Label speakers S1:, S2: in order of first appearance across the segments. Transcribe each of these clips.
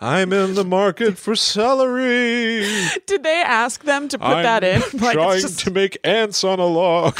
S1: I'm in the market for celery.
S2: Did they ask them to put
S1: I'm
S2: that in? Like,
S1: trying
S2: it's just-
S1: to make ants on a log.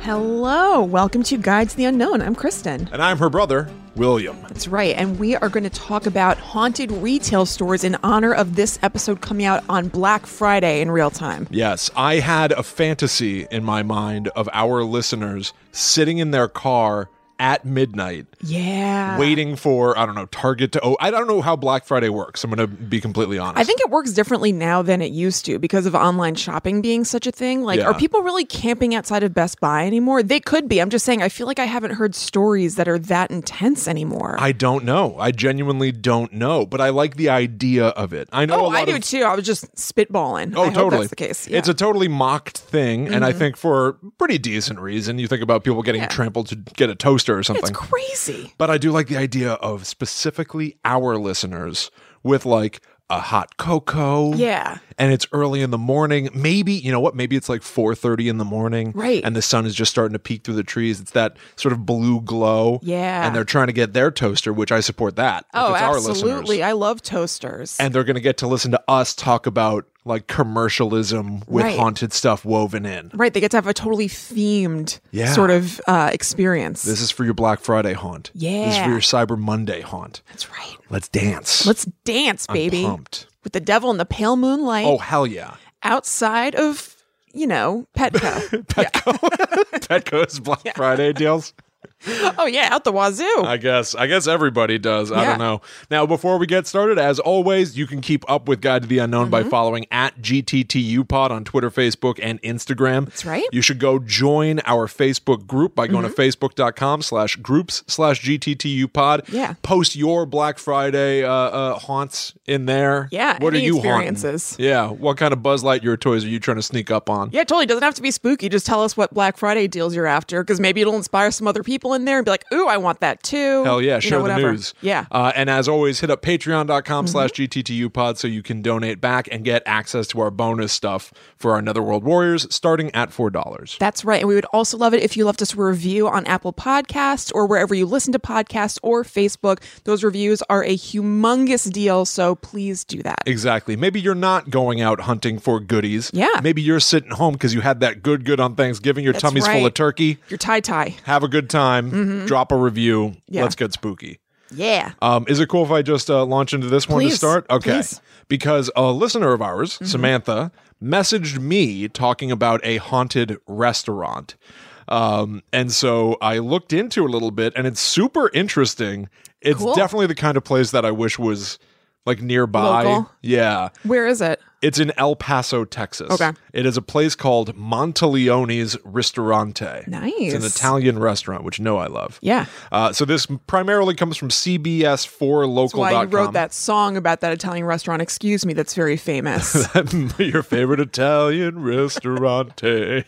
S2: Hello, welcome to Guides to the Unknown. I'm Kristen.
S1: and I'm her brother, William.
S2: That's right, and we are going to talk about haunted retail stores in honor of this episode coming out on Black Friday in real time.
S1: Yes, I had a fantasy in my mind of our listeners sitting in their car at midnight
S2: Yeah.
S1: waiting for I don't know Target to oh I don't know how Black Friday works. I'm going to be completely honest.
S2: I think it works differently now than it used to because of online shopping being such a thing. Like,
S1: Yeah.
S2: are people really camping outside of Best Buy anymore? They could be. I'm just saying, I feel like I haven't heard stories that are that intense anymore.
S1: I don't know. I genuinely don't know, but I like the idea of it. I know a
S2: oh,
S1: lot
S2: I do
S1: of
S2: too. I was just spitballing.
S1: Oh,
S2: I
S1: totally.
S2: Hope that's the case. Yeah. Mm-hmm.
S1: It's a totally mocked thing, and I think for pretty decent reason. You think about people getting
S2: Yeah.
S1: trampled to get a toaster or
S2: it's
S1: something.
S2: crazy.
S1: but I do like the idea of specifically our listeners with like a hot cocoa.
S2: Yeah.
S1: And it's early in the morning. Maybe, you know what? Maybe it's like 4:30 in the morning.
S2: Right.
S1: And the sun is just starting to peek through the trees. It's that sort of blue glow.
S2: Yeah.
S1: And they're trying to get their toaster, which I support that. if
S2: Oh,
S1: it's our listeners
S2: absolutely. I love toasters.
S1: and they're going to get to listen to us talk about like commercialism with
S2: Right.
S1: haunted stuff woven in.
S2: right. They get to have a totally themed
S1: Yeah.
S2: sort of uh, experience.
S1: This is for your Black Friday haunt. This is for
S2: Yeah.
S1: your Cyber Monday haunt.
S2: that's right.
S1: Let's dance.
S2: Let's dance, baby.
S1: Pumped.
S2: With the devil in the pale moonlight
S1: Oh hell yeah!
S2: outside of, you know, Petco.
S1: Petco's Black Friday deals.
S2: Oh yeah, out the wazoo.
S1: I guess. I guess everybody does. I
S2: Yeah.
S1: don't know. Now, before we get started, as always, you can keep up with Guide to the Unknown
S2: Mm-hmm.
S1: by following at GTTU Pod on Twitter, Facebook, and Instagram. That's
S2: right. Mm-hmm.
S1: You should go join our Facebook group by going to facebook.com slash groups slash GTTU Pod.
S2: Yeah.
S1: Post your Black Friday uh, uh, haunts in there.
S2: Yeah,
S1: What are
S2: any
S1: you
S2: experiences.
S1: haunting? Yeah. What kind of Buzz Lightyear toys are you trying to sneak up on?
S2: yeah, totally. Doesn't have to be spooky. Just tell us what Black Friday deals you're after, because maybe it'll inspire some other people in there and be like, "Ooh, I want that too."
S1: Hell Oh, yeah,
S2: You
S1: share
S2: know,
S1: the
S2: whatever.
S1: news.
S2: Yeah, Mm-hmm.
S1: Uh, and as always, hit up patreon.com slash GTTU pod so you can donate back and get access to our bonus stuff for our Netherworld Warriors starting at $4.
S2: that's right. And we would also love it if you left us a review on Apple Podcasts or wherever you listen to podcasts or Facebook. Those reviews are a humongous deal, so please do that.
S1: Exactly. Maybe you're not going out hunting for goodies.
S2: Yeah.
S1: Maybe you're sitting home because you had that good good on Thanksgiving. Your tummy's full of
S2: right.
S1: turkey.
S2: Your tie tie.
S1: Have a good time. Drop a review.
S2: Yeah.
S1: Let's get spooky.
S2: Yeah.
S1: Um, is it cool if I just uh, launch into this one to
S2: Please.
S1: start? Okay.
S2: Please. Mm-hmm.
S1: Because a listener of ours, Samantha, messaged me talking about a haunted restaurant. Um, and so I looked into it a little bit and it's super interesting. It's
S2: Cool.
S1: definitely the kind of place that I wish was like nearby.
S2: Local?
S1: Yeah.
S2: Where is it?
S1: It's in El Paso, Texas.
S2: Okay.
S1: It is a place called Monteleone's Ristorante.
S2: Nice.
S1: It's an Italian restaurant, which you know I love.
S2: Yeah.
S1: Uh, so this primarily comes from CBS4local.com.
S2: Why you wrote that song about that Italian restaurant? Excuse me, that's very famous.
S1: Your favorite Italian restaurante,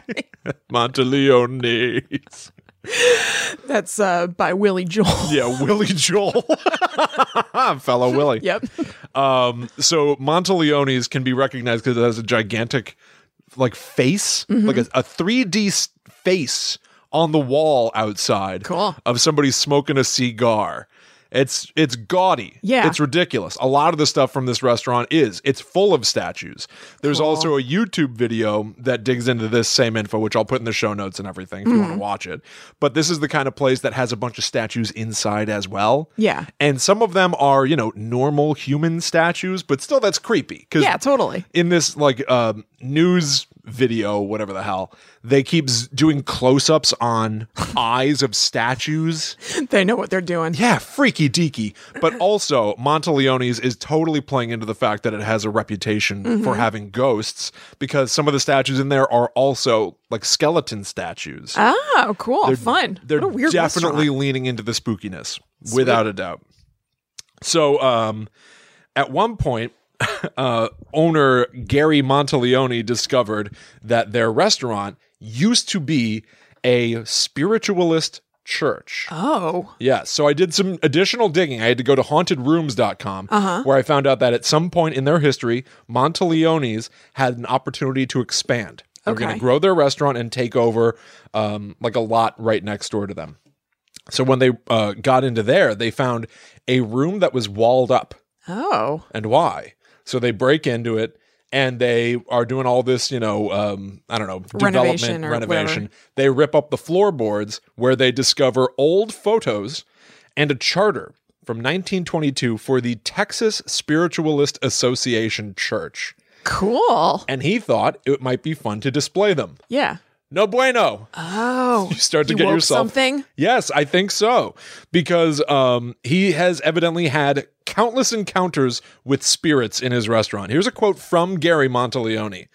S1: Monteleone's.
S2: that's uh, by Willie Joel.
S1: Yeah, Willie Joel, fellow Willie.
S2: Yep.
S1: Um, so Monteleone's can be recognized because it has a gigantic, like face,
S2: Mm-hmm.
S1: like a, a 3D s- face on the wall outside.
S2: Cool.
S1: Of somebody smoking a cigar. It's it's gaudy.
S2: Yeah.
S1: It's ridiculous. A lot of the stuff from this restaurant is. It's full of statues. There's also a YouTube video that digs into this same info, which I'll put in the show notes and everything if you
S2: Mm-hmm.
S1: want to watch it. But this is the kind of place that has a bunch of statues inside as well.
S2: Yeah.
S1: And some of them are, you know, normal human statues, but still that's creepy. Cause
S2: Yeah, totally.
S1: in this like um news video, whatever the hell, they keep z- doing close ups on eyes of statues.
S2: They know what they're doing.
S1: Yeah, freaky deaky. But also, Monteleone's is totally playing into the fact that it has a reputation for having ghosts because some of the statues in there are also like skeleton statues.
S2: Oh, cool. Fun.
S1: They're
S2: what a weird
S1: definitely
S2: restaurant.
S1: leaning into the spookiness, without a doubt. So, um, at one point, uh, owner Gary Monteleone discovered that their restaurant used to be a spiritualist church.
S2: Oh,
S1: Yeah, so I did some additional digging. I had to go to hauntedrooms.com where I found out that at some point in their history, Monteleone's had an opportunity to expand. They're going
S2: Okay.
S1: to grow their restaurant and take over um, like a lot right next door to them. So when they uh, got into there, they found a room that was walled up
S2: Oh.
S1: and why. So they break into it and they are doing all this, you know, um, I don't know, development,
S2: Renovation
S1: renovation.
S2: or
S1: They rip up the floorboards where they discover old photos and a charter from 1922 for the Texas Spiritualist Association Church.
S2: Cool.
S1: And he thought it might be fun to display them.
S2: Yeah.
S1: No bueno.
S2: Oh. You
S1: start to get
S2: woke
S1: yourself-
S2: something.
S1: Yes, I think so. Because um, he has evidently had countless encounters with spirits in his restaurant. Here's a quote from Gary Monteleone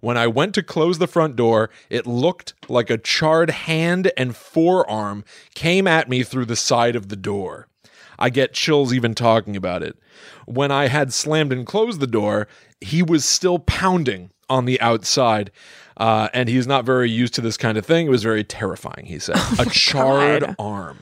S1: When I went to close the front door, it looked like a charred hand and forearm came at me through the side of the door. I get chills even talking about it. When I had slammed and closed the door, he was still pounding on the outside. Uh, and he's not very used to this kind of thing. It was very terrifying, he said. a charred
S2: God.
S1: arm.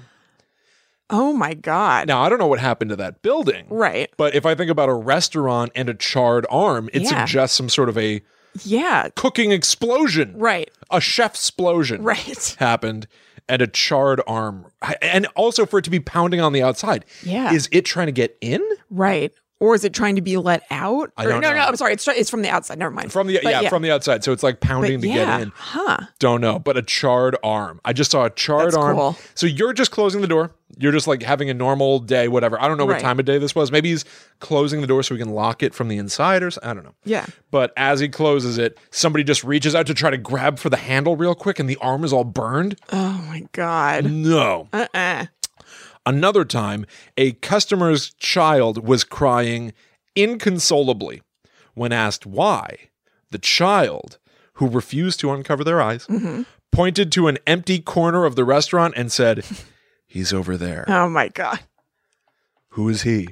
S2: Oh my god.
S1: Now, I don't know what happened to that building.
S2: Right.
S1: But if I think about a restaurant and a charred arm, it
S2: Yeah.
S1: suggests some sort of a
S2: Yeah.
S1: cooking explosion,
S2: Right.
S1: a chef explosion
S2: Right.
S1: happened, and a charred arm. And also for it to be pounding on the outside.
S2: Yeah.
S1: Is it trying to get in?
S2: Right. Or is it trying to be let out?
S1: I
S2: Or-
S1: don't
S2: no, no,
S1: know.
S2: I'm sorry. It's, it's from the outside. Never mind.
S1: From the
S2: But
S1: yeah, from the outside. So it's like pounding to
S2: But yeah.
S1: get in.
S2: Huh.
S1: Don't know, but a charred arm. I just saw a charred
S2: That's
S1: arm.
S2: cool.
S1: So you're just closing the door. You're just like having a normal day, whatever. I don't know
S2: Right.
S1: what time of day this was. Maybe he's closing the door so we can lock it from the insiders. I don't know.
S2: Yeah.
S1: But as he closes it, somebody just reaches out to try to grab for the handle real quick, and the arm is all burned.
S2: Oh my god.
S1: No.
S2: Uh. uh
S1: Another time, a customer's child was crying inconsolably. When asked why, the child, who refused to uncover their eyes,
S2: Mm-hmm.
S1: pointed to an empty corner of the restaurant and said, He's over there.
S2: Oh my god.
S1: Who is he?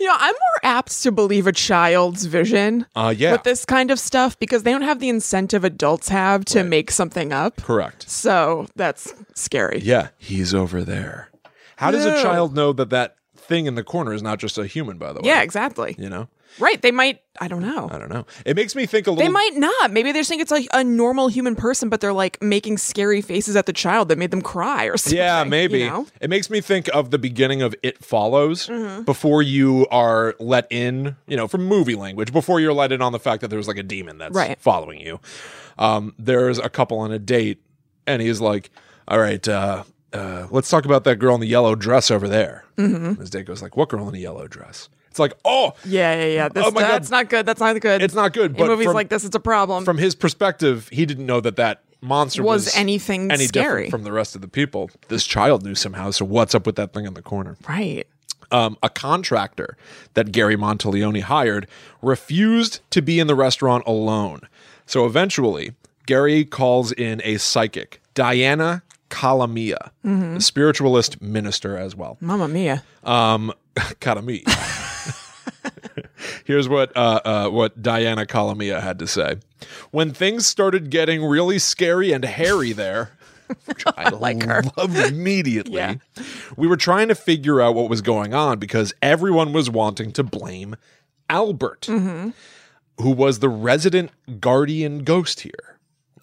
S2: You know, I'm more apt to believe a child's vision
S1: Uh, yeah.
S2: with this kind of stuff because they don't have the incentive adults have to make something up.
S1: Correct.
S2: So that's scary.
S1: Yeah. He's over there. How does
S2: Ew.
S1: a child know that that thing in the corner is not just a human, by the way?
S2: Yeah, exactly.
S1: You know?
S2: Right. They might, I don't know.
S1: I don't know. It makes me think a little.
S2: They might not. Maybe they just think it's like a normal human person, but they're like making scary faces at the child that made them cry or something.
S1: yeah, maybe.
S2: You know? Mm-hmm.
S1: It makes me think of the beginning of It Follows before you are let in, you know, from movie language, before you're let in on the fact that there's like a demon that's
S2: Right.
S1: following you. Um, there's a couple on a date, and he's like, All right, uh, uh, let's talk about that girl in the yellow dress over there. Mm-hmm. His date goes like, "What girl in a yellow dress?" It's like, "Oh,
S2: Yeah, yeah, yeah. This,
S1: Oh my God.
S2: that's not good. That's not good.
S1: it's not good."
S2: In
S1: But
S2: movies
S1: from,
S2: like this, it's a problem.
S1: from his perspective, he didn't know that that monster
S2: Was
S1: was,
S2: anything
S1: any
S2: scary.
S1: different from the rest of the people. This child knew somehow. So what's up with that thing in the corner?
S2: right.
S1: Um, a contractor that Gary Monteleone hired refused to be in the restaurant alone. So eventually, Gary calls in a psychic, Diana Calamia, a spiritualist minister as well.
S2: Mamma mia.
S1: Um, Calamia. Here's what uh, uh, what Diana Calamia had to say. When things started getting really scary and hairy there, which I like her. loved immediately,
S2: Yeah.
S1: we were trying to figure out what was going on because everyone was wanting to blame Albert, who was the resident guardian ghost here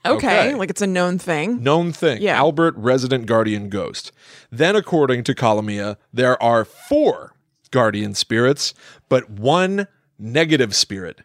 S2: Okay.
S1: Okay.
S2: Like it's a known thing.
S1: known thing.
S2: Yeah.
S1: Albert, resident guardian ghost. Then, according to Colomia, there are four guardian spirits, but one negative spirit.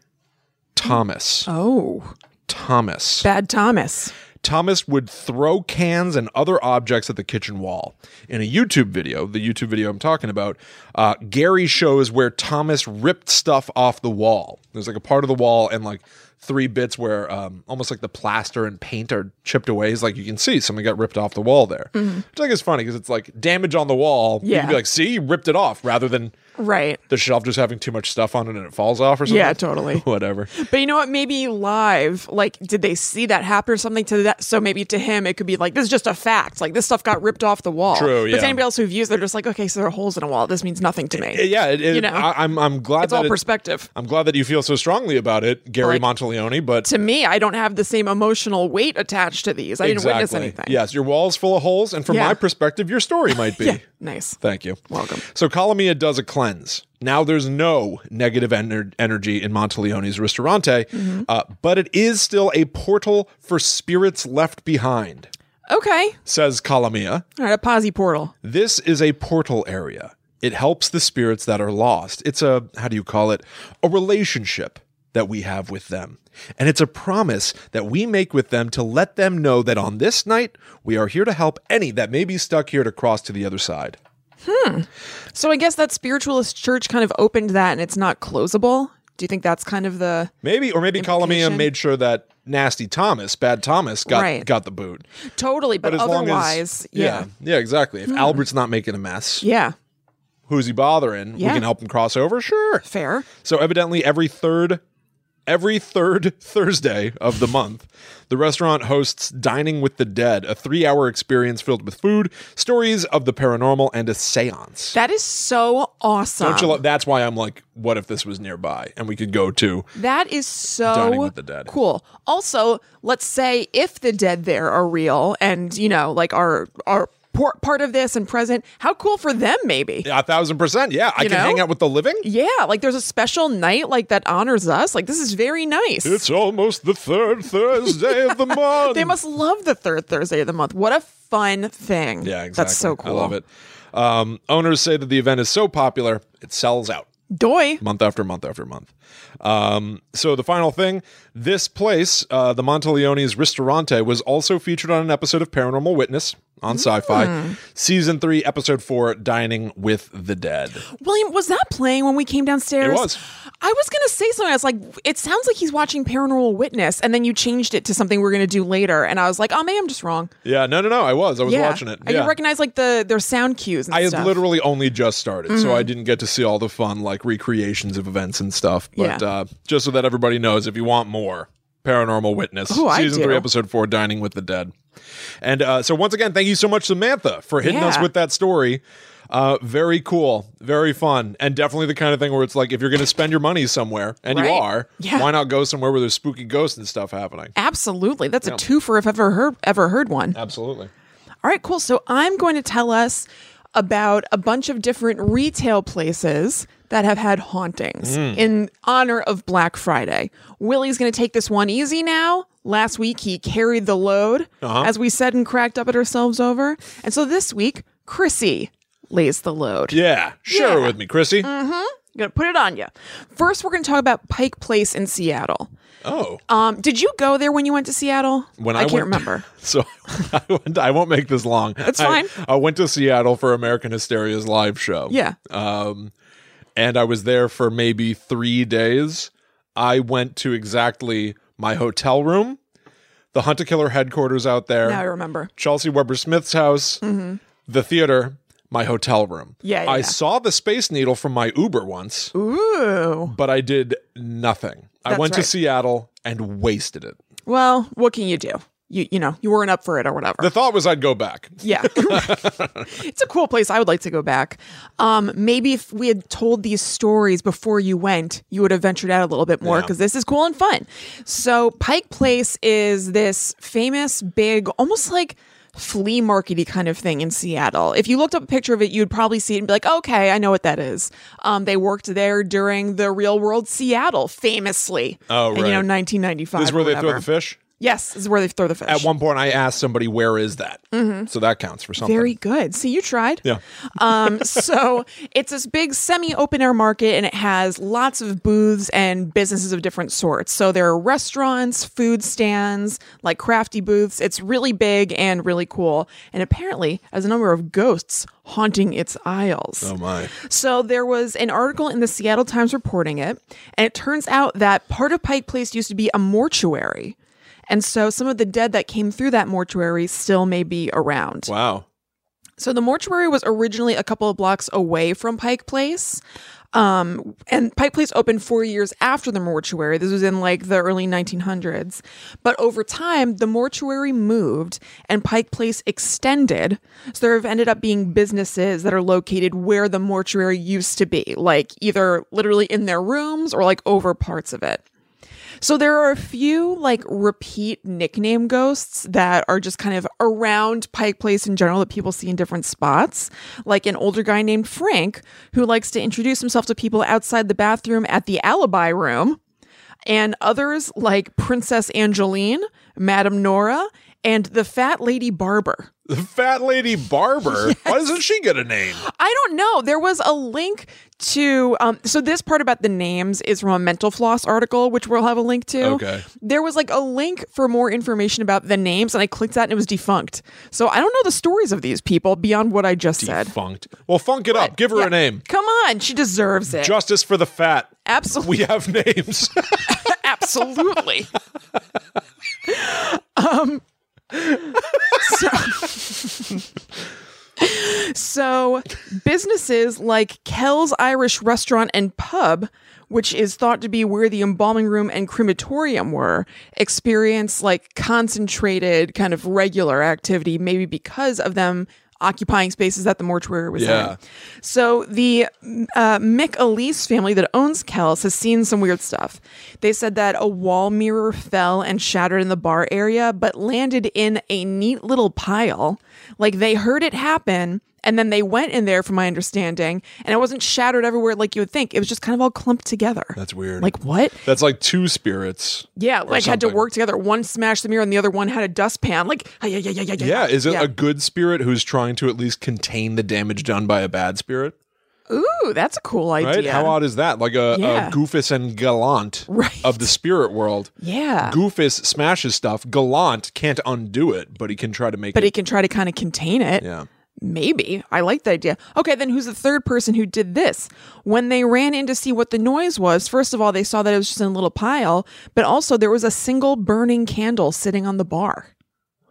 S1: Thomas.
S2: Oh.
S1: Thomas.
S2: Bad Thomas.
S1: Thomas would throw cans and other objects at the kitchen wall. In a YouTube video, the YouTube video I'm talking about, uh, Gary shows where Thomas ripped stuff off the wall. There's like a part of the wall and like three bits where um, almost like the plaster and paint are chipped away. It's like you can see something got ripped off the wall there. Which I think is funny because it's like damage on the wall. You
S2: Mm-hmm. Yeah.
S1: can be like, see, you ripped it off rather than
S2: Right.
S1: the shelf just having too much stuff on it and it falls off or something.
S2: Yeah, totally.
S1: Whatever.
S2: But you know what? Maybe live, like, did they see that happen or something to that? So maybe to him, it could be like, this is just a fact. Like, this stuff got ripped off the wall.
S1: True,
S2: But
S1: yeah.
S2: to anybody else who views, they're just like, okay, so there are holes in a wall. This means nothing to me.
S1: Yeah, it, it-
S2: You know,
S1: I, am I'm glad
S2: it's
S1: that
S2: all
S1: it-
S2: perspective.
S1: I'm glad that you feel so strongly about it, Gary
S2: Like,
S1: Monteleone Monteleone, but
S2: to me, I don't have the same emotional weight attached to these. I didn't witness
S1: Exactly.
S2: anything.
S1: Yes, your wall's full of holes, and from
S2: Yeah.
S1: my perspective, your story might be.
S2: Nice.
S1: Thank you.
S2: Welcome.
S1: So Colomia does a cleanse. Now there's no negative ener- energy in Monteleone's Ristorante,
S2: Mm-hmm.
S1: uh, but it is still a portal for spirits left behind,
S2: Okay.
S1: says Colomia.
S2: All right. A posi portal.
S1: This is a portal area. It helps the spirits that are lost. It's a, how do you call it? A relationship that we have with them. And it's a promise that we make with them to let them know that on this night, we are here to help any that may be stuck here to cross to the other side.
S2: So I guess that spiritualist church kind of opened that and it's not closable. Do you think that's kind of the.
S1: Maybe, or maybe Colomia
S2: Implication.
S1: made sure that nasty Thomas, bad Thomas, got
S2: Right.
S1: got the boot.
S2: Totally, but,
S1: But as long as-
S2: otherwise. yeah. Hmm.
S1: yeah, yeah, exactly. If Albert's not making a mess,
S2: Yeah.
S1: who's he bothering?
S2: Yeah.
S1: We can help him cross over. Sure.
S2: Fair.
S1: So evidently, every third, every third Thursday of the month, the restaurant hosts Dining with the Dead, a three-hour experience filled with food, stories of the paranormal, and a séance.
S2: That is so awesome.
S1: Don't you lo- that's why I'm like, what if this was nearby and we could go to?
S2: That is so
S1: Dining with the dead.
S2: cool. Also, let's say if the dead there are real and, you know, like are are por- part of this and present, how cool for them maybe.
S1: A thousand percent. Yeah, I
S2: You
S1: can
S2: know?
S1: hang out with the living.
S2: Yeah, like there's a special night like that honors us. Like this is very nice.
S1: It's almost the third Thursday of the month.
S2: they must love the third Thursday of the month. What a fun thing.
S1: yeah, exactly.
S2: That's so cool.
S1: I love it. Um, owners say that the event is so popular, it sells out
S2: Doi.
S1: month after month after month. Um, so the final thing, this place, uh, the Monteleone's Ristorante, was also featured on an episode of Paranormal Witness on Sci-Fi, season three, episode four, Dining with the Dead.
S2: William, was that playing when we came downstairs?
S1: It was.
S2: I was going to say something. I was like, it sounds like he's watching Paranormal Witness. And then you changed it to something we're going to do later. And I was like, oh, maybe I'm just wrong.
S1: Yeah, no, no, no. I was, I was watching it.
S2: I
S1: yeah.
S2: can recognize like the their sound cues and
S1: I had
S2: stuff. Mm-hmm.
S1: literally only just started, so I didn't get to see all the fun like recreations of events and stuff. But
S2: Yeah.
S1: uh, just so that everybody knows, if you want more, Paranormal Witness,
S2: Oh, I
S1: season
S2: do.
S1: three, episode four, Dining with the Dead. And uh, so once again, thank you so much, Samantha, for hitting us
S2: Yeah.
S1: with that story. Uh, very cool, very fun, and definitely the kind of thing where it's like if you're going to spend your money somewhere, and you
S2: Right.
S1: are,
S2: Yeah.
S1: why not go somewhere where there's spooky ghosts and stuff happening?
S2: Absolutely. That's a twofer if I've ever heard ever heard one.
S1: Absolutely.
S2: All right, cool. So I'm going to tell us about a bunch of different retail places that have had hauntings
S1: Mm.
S2: in honor of Black Friday. Willie's going to take this one easy now. Last week, he carried the load,
S1: Uh-huh.
S2: as we said, and cracked up at ourselves over. And so this week, Chrissy lays the load.
S1: Yeah, share it with me, Chrissy.
S2: Mm. Gonna put it on you. First, we're gonna talk about Pike Place in Seattle.
S1: Oh,
S2: Um, did you go there when you went to Seattle?
S1: When I
S2: can't
S1: went-
S2: remember.
S1: So I, went, I won't make this long. That's
S2: fine.
S1: I, went to Seattle for American Hysteria's live show.
S2: Yeah.
S1: Um, and I was there for maybe three days. I went to exactly my hotel room, the Hunter Killer headquarters out there,
S2: Now I remember.
S1: Chelsea Weber Smith's house, the theater, my hotel room.
S2: Mm-hmm. Yeah, yeah,
S1: I
S2: yeah.
S1: saw the Space Needle from my Uber once,
S2: Ooh.
S1: but I did nothing. I
S2: That's
S1: went to
S2: right.
S1: Seattle and wasted it.
S2: Well, what can you do? You you know you weren't up for it or whatever.
S1: The thought was I'd go back.
S2: yeah, it's a cool place. I would like to go back. Um, maybe if we had told these stories before you went, you would have ventured out a little bit more
S1: Yeah.
S2: because this is cool and fun. So Pike Place is this famous, big, almost like flea markety kind of thing in Seattle. If you looked up a picture of it, you'd probably see it and be like, okay, I know what that is. Um, they worked there during the real world Seattle, famously.
S1: Oh,
S2: in, you know,
S1: right.
S2: 1995.
S1: This is where
S2: or
S1: they throw
S2: whatever.
S1: the fish.
S2: Yes, this is where they throw the fish.
S1: At one point, I asked somebody, "Where is that?" So that counts for something.
S2: Mm-hmm. Very good. See, you tried.
S1: yeah,
S2: um, so it's this big semi open air market and it has lots of booths and businesses of different sorts. So there are restaurants, food stands, like crafty booths. It's really big and really cool. And apparently, has a number of ghosts haunting its aisles.
S1: oh my,
S2: So there was an article in the Seattle Times reporting it, and it turns out that part of Pike Place used to be a mortuary. And so some of the dead that came through that mortuary still may be around.
S1: wow,
S2: So the mortuary was originally a couple of blocks away from Pike Place. Um, and Pike Place opened four years after the mortuary. This was in like the early 1900s. But over time, the mortuary moved and Pike Place extended. So there have ended up being businesses that are located where the mortuary used to be, like either literally in their rooms or like over parts of it. So there are a few like repeat nickname ghosts that are just kind of around Pike Place in general that people see in different spots. Like an older guy named Frank who likes to introduce himself to people outside the bathroom at the alibi room. And others like Princess Angeline, Madame Nora, and the Fat Lady Barber.
S1: The fat lady barber. Why doesn't she get a name?
S2: I don't know. There was a link to um, so this part about the names is from a mental floss article, which we'll have a link to.
S1: Okay.
S2: There was like a link for more information about the names, and I clicked that and it was defunct. So I don't know the stories of these people beyond what I just said.
S1: Funked. Well, funk it up. Give her a name.
S2: Come on, she deserves it.
S1: Justice for the fat.
S2: Absolutely.
S1: We have names.
S2: Absolutely. um, so, so businesses like Kell's Irish Restaurant and Pub, which is thought to be where the embalming room and crematorium were, experience like concentrated kind of regular activity, maybe because of them occupying spaces that the mortuary was
S1: Yeah.
S2: in. So the uh, Mick Elise family that owns Kells has seen some weird stuff. They said that a wall mirror fell and shattered in the bar area, but landed in a neat little pile. Like they heard it happen. And then they went in there, from my understanding, and it wasn't shattered everywhere like you would think. It was just kind of all clumped together.
S1: That's weird.
S2: Like what?
S1: That's like two spirits.
S2: Yeah, like had to
S1: something.
S2: work together. One smashed the mirror, and the other one had a dustpan. Like yeah, yeah, yeah, yeah, yeah.
S1: Yeah, is it a good spirit who's trying to at least contain the damage done by a bad spirit?
S2: ooh? That's a cool idea.
S1: Right? How odd is that? Like a,
S2: Yeah.
S1: a Goofus and Gallant
S2: Right.
S1: of the spirit world.
S2: yeah,
S1: Goofus smashes stuff. Gallant can't undo it, but he can try to make
S2: but
S1: it.
S2: it can try to kind of contain it.
S1: yeah.
S2: Maybe. I like the idea. Okay, then who's the third person who did this? When they ran in to see what the noise was, first of all, they saw that it was just in a little pile, but also there was a single burning candle sitting on the bar.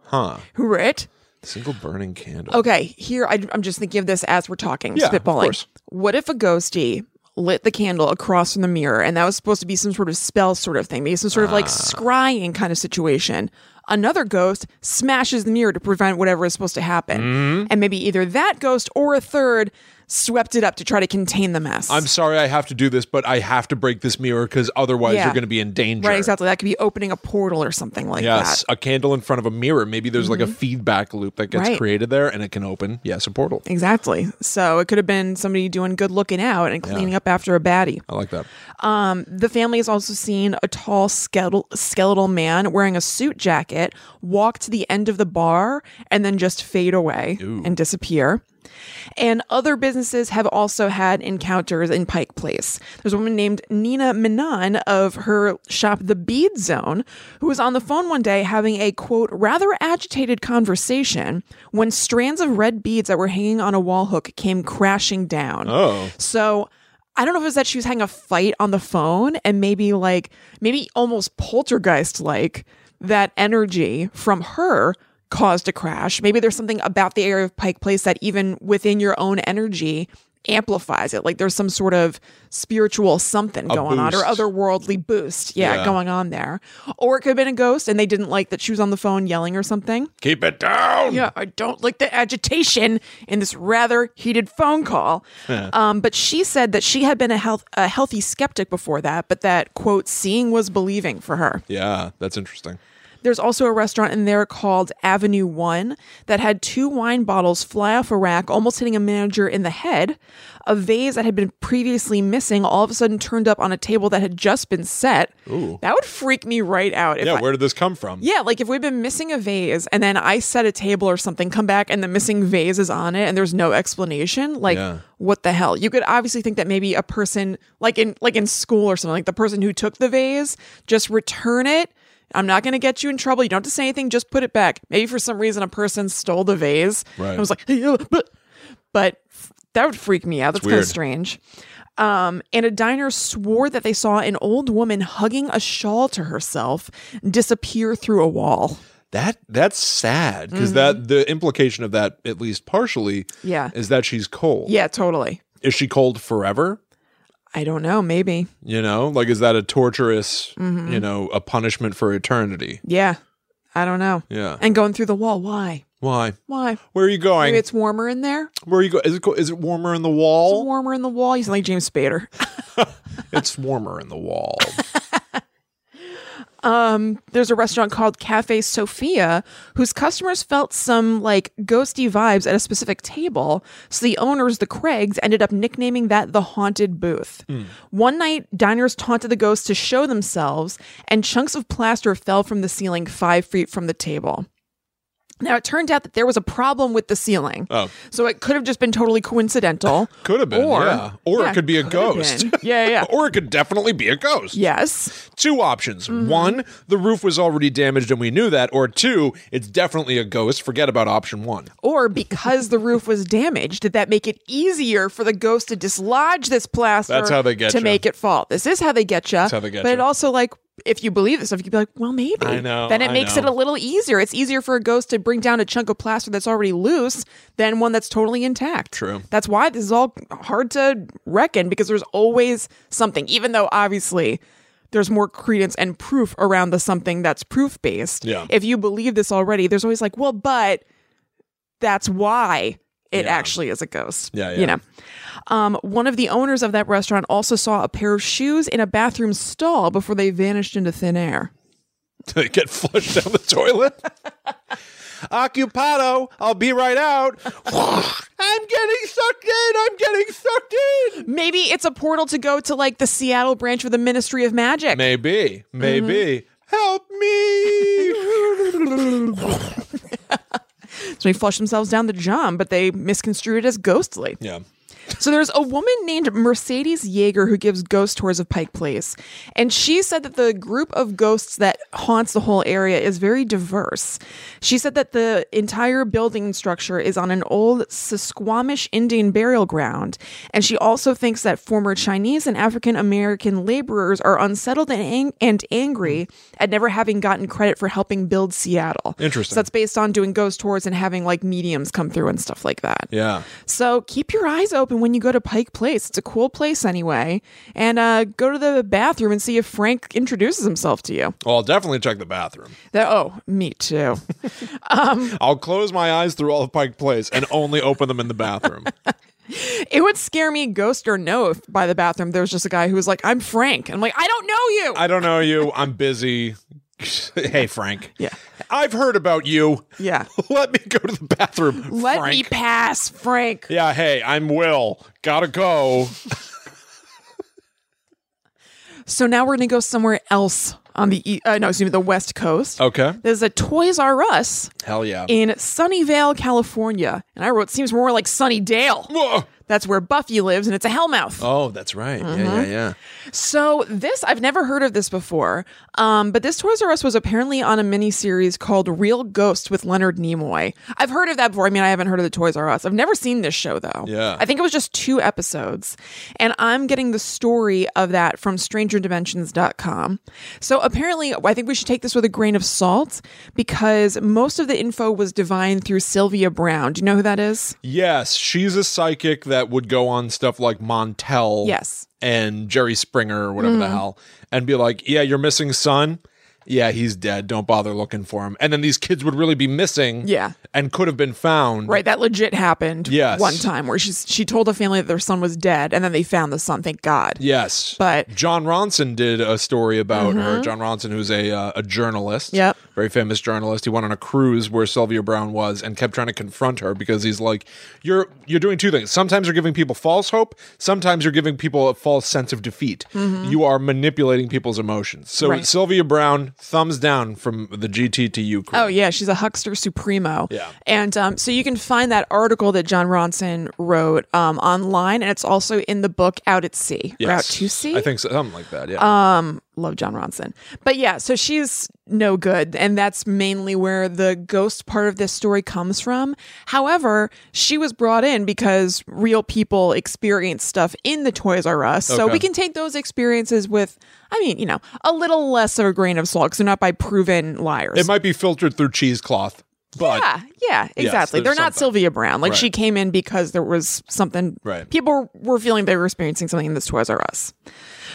S1: Huh.
S2: Right?
S1: Single burning candle.
S2: Okay, here I, I'm just thinking of this as we're talking,
S1: Yeah, of
S2: spitballing.
S1: course.
S2: what if a ghostie lit the candle across from the mirror and that was supposed to be some sort of spell sort of thing, maybe some sort of
S1: Ah.
S2: like scrying kind of situation? Another ghost smashes the mirror to prevent whatever is supposed to happen.
S1: Mm-hmm.
S2: And maybe either that ghost or a third swept it up to try to contain the mess.
S1: I'm sorry I have to do this, but I have to break this mirror because otherwise
S2: Yeah.
S1: you're going to be in danger.
S2: right, exactly. That could be opening a portal or something like
S1: Yes,
S2: that. Mm-hmm.
S1: a candle in front of a mirror. Maybe there's like a feedback loop that gets
S2: Right.
S1: created there and it can open, yes, a portal.
S2: Exactly. So it could have been somebody doing good looking out and cleaning up after a baddie.
S1: I like that.
S2: Um, The family has also seen a tall skeletal, skeletal man wearing a suit jacket walk to the end of the bar and then just fade away and disappear. And other businesses have also had encounters in Pike Place. There's a woman named Nina Menon of her shop, The Bead Zone, who was on the phone one day having a quote, rather agitated conversation when strands of red beads that were hanging on a wall hook came crashing down.
S1: Oh.
S2: So I don't know if it was that she was having a fight on the phone and maybe like maybe almost poltergeist like that energy from her caused a crash. Maybe there's something about the area of Pike Place that even within your own energy amplifies it. Like there's some sort of spiritual something going on or
S1: boost.
S2: otherworldly boost. Yeah,
S1: Yeah.
S2: going on there. Or it could have been a ghost and they didn't like that she was on the phone yelling or something.
S1: Keep it down.
S2: Yeah, I don't like the agitation in this rather heated phone call. Um, but she said that she had been a, health, a healthy skeptic before that, but that, quote, seeing was believing for her.
S1: Yeah, that's interesting.
S2: There's also a restaurant in there called Avenue One that had two wine bottles fly off a rack, almost hitting a manager in the head. A vase that had been previously missing all of a sudden turned up on a table that had just been set. That would freak me right out if
S1: Yeah,
S2: I,
S1: where did this come from?
S2: yeah, like if we've been missing a vase and then I set a table or something, come back and the missing vase is on it and there's no explanation, like
S1: Yeah.
S2: what the hell? You could obviously think that maybe a person like in like in school or something, like the person who took the vase, just return it. I'm not going to get you in trouble. You don't have to say anything. Just put it back. Maybe for some reason a person stole the vase.
S1: Right.
S2: I was like, "Yeah, but but f- that would freak me out. That's kind of
S1: weird.
S2: strange. Um, and a diner swore that they saw an old woman hugging a shawl to herself disappear through a wall.
S1: That that's sad because that the implication of that at least partially
S2: Mm-hmm. Yeah.
S1: is that she's cold.
S2: Yeah, totally.
S1: Is she cold forever?
S2: I don't know. Maybe.
S1: You know, like is that a torturous,
S2: Mm-hmm.
S1: you know, a punishment for eternity?
S2: Yeah. I don't know.
S1: Yeah.
S2: And going through the wall. Why?
S1: Why?
S2: Why?
S1: Where are you going?
S2: Maybe it's warmer in there.
S1: Where are you go? Is it co- is it warmer in the wall?
S2: Warmer in the wall. You sound like James Spader.
S1: It's warmer in the wall.
S2: um, there's a restaurant called Cafe Sophia whose customers felt some like ghosty vibes at a specific table. So the owners, the Craigs, ended up nicknaming that the haunted booth.
S1: Hmm.
S2: One night, diners taunted the ghosts to show themselves, and chunks of plaster fell from the ceiling five feet from the table. Now it turned out that there was a problem with the ceiling.
S1: Oh.
S2: So it could have just been totally coincidental.
S1: Could have been,
S2: Or-
S1: yeah. Or
S2: yeah,
S1: it could be a
S2: could have
S1: ghost.
S2: been. Yeah, yeah.
S1: or it could definitely be a ghost.
S2: yes.
S1: Two options.
S2: Mm-hmm.
S1: One, the roof was already damaged and we knew that. Or two, it's definitely a ghost. Forget about option one.
S2: Or because the roof was damaged, did that make it easier for the ghost to dislodge this plaster?
S1: That's how they get
S2: to
S1: ya.
S2: make it fall. This is how they get you. That's
S1: how they get
S2: But it
S1: ya.
S2: also like. If you believe this stuff, you could be like, well, maybe.
S1: I know,
S2: Then it
S1: I
S2: makes
S1: know.
S2: it a little easier. It's easier for a ghost to bring down a chunk of plaster that's already loose than one that's totally intact.
S1: True.
S2: That's why this is all hard to reckon because there's always something, even though obviously there's more credence and proof around the something that's proof based.
S1: Yeah.
S2: If you believe this already, there's always like, well, but that's why it actually is a ghost.
S1: Yeah, yeah.
S2: You know. Um, one of the owners of that restaurant also saw a pair of shoes in a bathroom stall before they vanished into thin air.
S1: They get flushed down the toilet. Occupado, I'll be right out. I'm getting sucked in. I'm getting sucked in.
S2: Maybe it's a portal to go to like the Seattle branch of the Ministry of Magic.
S1: Maybe, maybe.
S2: Mm-hmm.
S1: Help me.
S2: So they flush themselves down the jam, but they misconstrue it as ghostly.
S1: yeah.
S2: So there's a woman named Mercedes Yeager who gives ghost tours of Pike Place. And she said that the group of ghosts that haunts the whole area is very diverse. She said that the entire building structure is on an old Squamish Indian burial ground. And she also thinks that former Chinese and African American laborers are unsettled and, ang- and angry at never having gotten credit for helping build Seattle.
S1: Interesting.
S2: So that's based on doing ghost tours and having like mediums come through and stuff like that.
S1: Yeah.
S2: So keep your eyes open when you go to Pike Place. It's a cool place anyway. And uh, go to the bathroom and see if Frank introduces himself to you.
S1: Well, I'll definitely check the bathroom.
S2: That, oh, me too.
S1: I'll close my eyes through all of Pike Place and only open them in the bathroom.
S2: it would scare me, ghost or no, if by the bathroom there was just a guy who was like, I'm Frank. And I'm like, I don't know you.
S1: I don't know you. I'm busy. hey, Frank.
S2: Yeah.
S1: I've heard about you.
S2: yeah.
S1: Let me go to the bathroom.
S2: Let
S1: Frank.
S2: me pass, Frank.
S1: Yeah, hey, I'm Will. Gotta go.
S2: So now we're going to go somewhere else on the, e- uh, no, excuse me, the West Coast.
S1: Okay.
S2: There's a Toys R Us
S1: Hell yeah.
S2: in Sunnyvale, California. And I wrote, seems more like Sunnydale.
S1: Whoa.
S2: That's where Buffy lives, and it's a hellmouth.
S1: Oh, that's right. Yeah, yeah,
S2: Mm-hmm.
S1: yeah.
S2: So this I've never heard of this before, um, but this Toys R Us was apparently on a miniseries called Real Ghosts with Leonard Nimoy. I've heard of that before. I mean, I haven't heard of the Toys R Us. I've never seen this show though.
S1: Yeah.
S2: I think it was just two episodes, and I'm getting the story of that from StrangerDimensions.com. So apparently, I think we should take this with a grain of salt because most of the info was divined through Sylvia Brown. Do you know who that is?
S1: Yes, she's a psychic that would go on stuff like Montel.
S2: Yes. Mm.
S1: And Jerry Springer or whatever the hell and be like, "Yeah, you're missing son. Yeah, he's dead. Don't bother looking for him." And then these kids would really be missing.
S2: Yeah.
S1: And could have been found.
S2: Right, that legit happened.
S1: Yes.
S2: one time where she she told a family that their son was dead, and then they found the son. Thank God.
S1: Yes.
S2: But
S1: John Ronson did a story about her. John Ronson, who's a uh, a journalist,
S2: Mm-hmm. Yep.
S1: very famous journalist. He went on a cruise where Sylvia Brown was and kept trying to confront her because he's like, "You're you're doing two things. Sometimes you're giving people false hope. Sometimes you're giving people a false sense of defeat. You are manipulating people's emotions." So
S2: Mm-hmm. Right.
S1: Sylvia Brown, thumbs down from the GTTU. Crew.
S2: oh yeah, she's a huckster supremo.
S1: Yeah.
S2: and um, so you can find that article that John Ronson wrote um, online, and it's also in the book Out at Sea, or Out to Sea. Um,
S1: I think so, something like that. Yeah.
S2: Love John Ronson, but yeah, so she's no good, and that's mainly where the ghost part of this story comes from. However, she was brought in because real people experience stuff in the Toys R Us, so
S1: Okay.
S2: we can take those experiences with, I mean, you know, a little less of a grain of salt because they're not by proven liars.
S1: it might be filtered through cheesecloth, but
S2: Yeah, yeah, exactly.
S1: there's
S2: They're not
S1: something.
S2: Sylvia Brown. Like
S1: Right.
S2: she came in because there was something.
S1: Right.
S2: People were feeling they were experiencing something in this Toys R Us.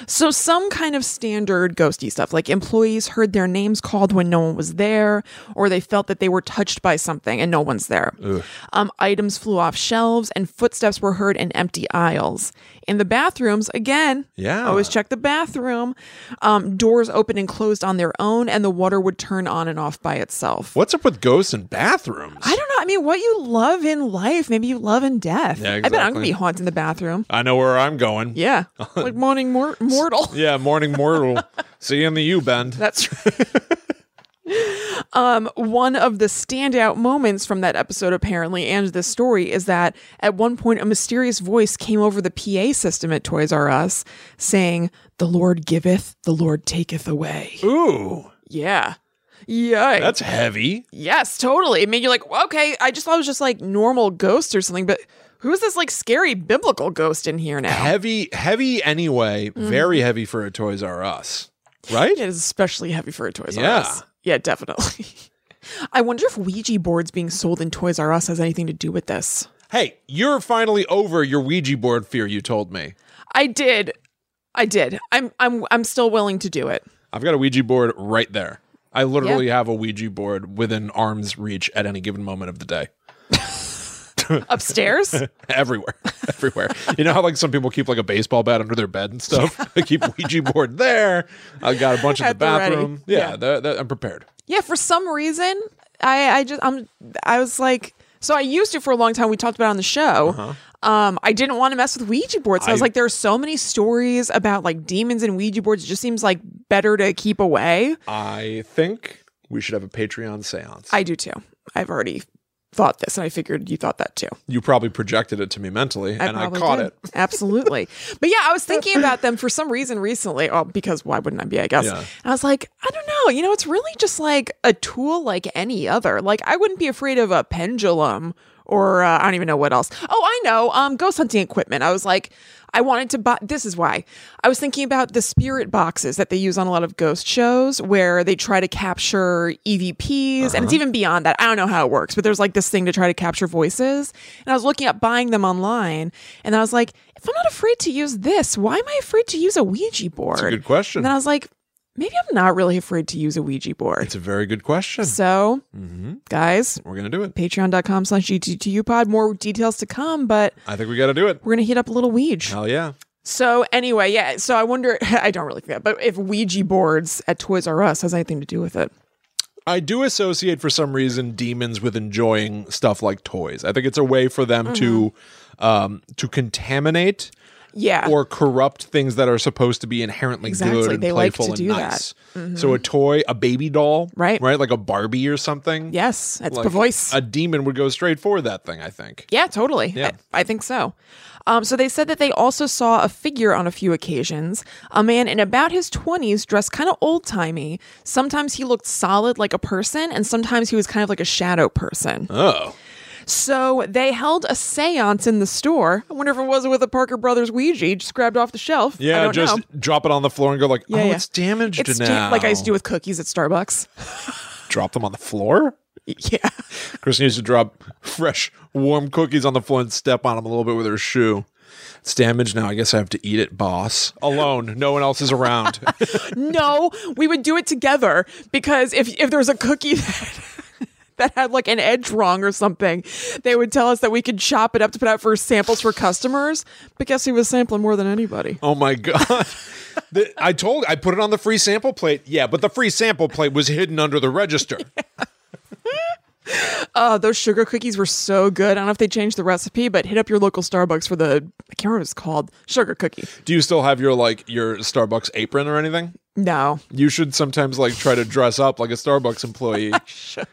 S2: So, some kind of standard ghosty stuff, like employees heard their names called when no one was there, or they felt that they were touched by something and no one's there. Um, items flew off shelves, and footsteps were heard in empty aisles. In the bathrooms, again,
S1: Yeah.
S2: always check the bathroom. Um, doors opened and closed on their own, and the water would turn on and off by itself.
S1: What's up with ghosts and bathrooms?
S2: I don't know. I mean, what you love in life, maybe you love in death.
S1: Yeah,
S2: I bet I'm
S1: exactly.
S2: gonna be haunting the bathroom.
S1: I know where I'm going.
S2: Yeah, like morning mor- mortal.
S1: Yeah, morning mortal. See you in the U bend.
S2: That's right. um, one of the standout moments from that episode, apparently, and this story is that at one point a mysterious voice came over the PA system at Toys R Us saying, "The Lord giveth, the Lord taketh away."
S1: Ooh,
S2: Yeah. Yeah.
S1: that's heavy.
S2: Yes, totally. I mean, you're like, well, okay, I just thought it was just like normal ghost or something, but who's this like scary biblical ghost in here now?
S1: Heavy, heavy anyway. Very heavy for a Toys R Us,
S2: It
S1: right?
S2: is especially heavy for a Toys R
S1: Yeah.
S2: Us. Yeah, definitely. I wonder if Ouija boards being sold in Toys R Us has anything to do with this.
S1: Hey, you're finally over your Ouija board fear. You told me.
S2: I did. I did. I'm I'm I'm still willing to do it.
S1: I've got a Ouija board right there. I literally have a Ouija board within arm's reach at any given moment of the day.
S2: Upstairs?
S1: Everywhere, everywhere. you know how like some people keep like a baseball bat under their bed and stuff. I keep Ouija board there. I've got a bunch in the
S2: At the ready.
S1: bathroom. yeah,
S2: Yeah.
S1: that- that- I'm prepared.
S2: Yeah, for some reason, I I just I'm I was like so I used it for a long time. We talked about it on the show. Um, I didn't want to mess with Ouija boards. So I, was
S1: Uh-huh. I-
S2: like, there are so many stories about like demons and Ouija boards. It just seems like better to keep away.
S1: I think we should have a Patreon seance.
S2: I do too. I've already thought this, and I figured you thought that too.
S1: you probably projected it to me mentally, and I
S2: probably
S1: caught
S2: did.
S1: it.
S2: Absolutely. But yeah, I was thinking about them for some reason recently. Oh, because why wouldn't I be, I guess.
S1: Yeah.
S2: And I was like, I don't know. You know, it's really just like a tool like any other. Like I wouldn't be afraid of a pendulum or uh, I don't even know what else. Oh, I know. Um ghost hunting equipment. I was like I wanted to buy this is why. I was thinking about the spirit boxes that they use on a lot of ghost shows where they try to capture EVPs and it's even beyond that. I don't know how it works, but there's like this thing to try to capture voices. And I was looking at buying them online and I was like, if I'm not afraid to use this, why am I afraid to use a Ouija board?
S1: Good question.
S2: And then I was like, maybe I'm not really afraid to use a Ouija board.
S1: it's a very good question.
S2: So,
S1: Mm-hmm.
S2: guys,
S1: We're gonna do it.
S2: patreon.com slash GTTU pod. More details to come, but
S1: I think we got to do it.
S2: we're going to heat up a little Ouija.
S1: Hell yeah!
S2: So, anyway, yeah. So, I wonder, I don't really think that, but if Ouija boards at Toys R Us has anything to do with it.
S1: I do associate for some reason demons with enjoying stuff like toys. I think it's a way for them to um, to contaminate
S2: Mm-hmm. Yeah.
S1: or corrupt things that are supposed to be inherently
S2: Exactly.
S1: good and
S2: They like to
S1: playful and
S2: do that. Mm-hmm.
S1: nice. So a toy, a baby doll,
S2: Right.
S1: right, like a Barbie or something.
S2: yes. That's
S1: Like,
S2: the voice.
S1: A demon would go straight for that thing. I think.
S2: Yeah, totally.
S1: Yeah.
S2: I, I think so. Um, so they said that they also saw a figure on a few occasions, a man in about his 20s dressed kind of old timey. Sometimes he looked solid like a person, and sometimes he was kind of like a shadow person.
S1: Oh,
S2: So they held a seance in the store. I wonder if it was with a Parker Brothers Ouija, just grabbed off the shelf. I
S1: yeah.
S2: don't
S1: Just
S2: know.
S1: drop it on the floor and go like,
S2: Yeah,
S1: oh,
S2: yeah.
S1: it's damaged
S2: It's
S1: now.
S2: da- like I used to do with cookies at Starbucks.
S1: drop them on the floor.
S2: yeah.
S1: Kristen used to drop fresh, warm cookies on the floor and step on them a little bit with her shoe. It's damaged now. I guess I have to eat it, boss. Alone. No one else is around.
S2: No, we would do it together because if if there was a cookie that, that had like an edge wrong or something, they would tell us that we could chop it up to put out for samples for customers. But guess who was sampling more than anybody?
S1: oh my God. The- I told, I put it on the free sample plate. Yeah, but the free sample plate was hidden under the register.
S2: Oh, those sugar cookies were so good. I don't know if they changed the recipe, but hit up your local Starbucks for the I can't remember what it's called sugar cookie.
S1: Do you still have your, like, your Starbucks apron or anything?
S2: No,
S1: You should sometimes, like, try to dress up like a Starbucks employee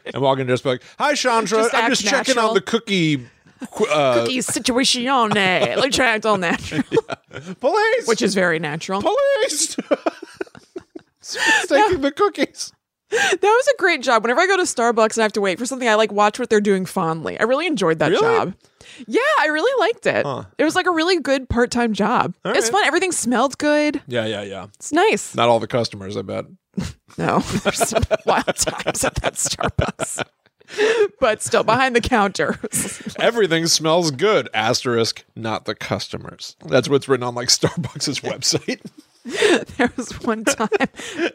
S1: and walk in and just be like, hi, Chandra.
S2: Just
S1: I'm
S2: act
S1: just checking
S2: natural.
S1: on the cookie. qu- Uh,
S2: cookie situation. Like try to act all natural,
S1: police.
S2: which is very natural.
S1: police Someone's taking the cookies
S2: That was a great job. Whenever I go to Starbucks and I have to wait for something, I like watch what they're doing fondly. I really enjoyed that
S1: Really?
S2: job. Yeah, I really liked it. It was like a really good part time job. It was
S1: right.
S2: fun. Everything smelled good.
S1: yeah yeah yeah
S2: It's nice.
S1: not all the customers i bet
S2: No, there's some wild times at that Starbucks, but still behind the counter.
S1: everything smells good asterisk not the customers that's what's written on like starbucks's website
S2: there was one time,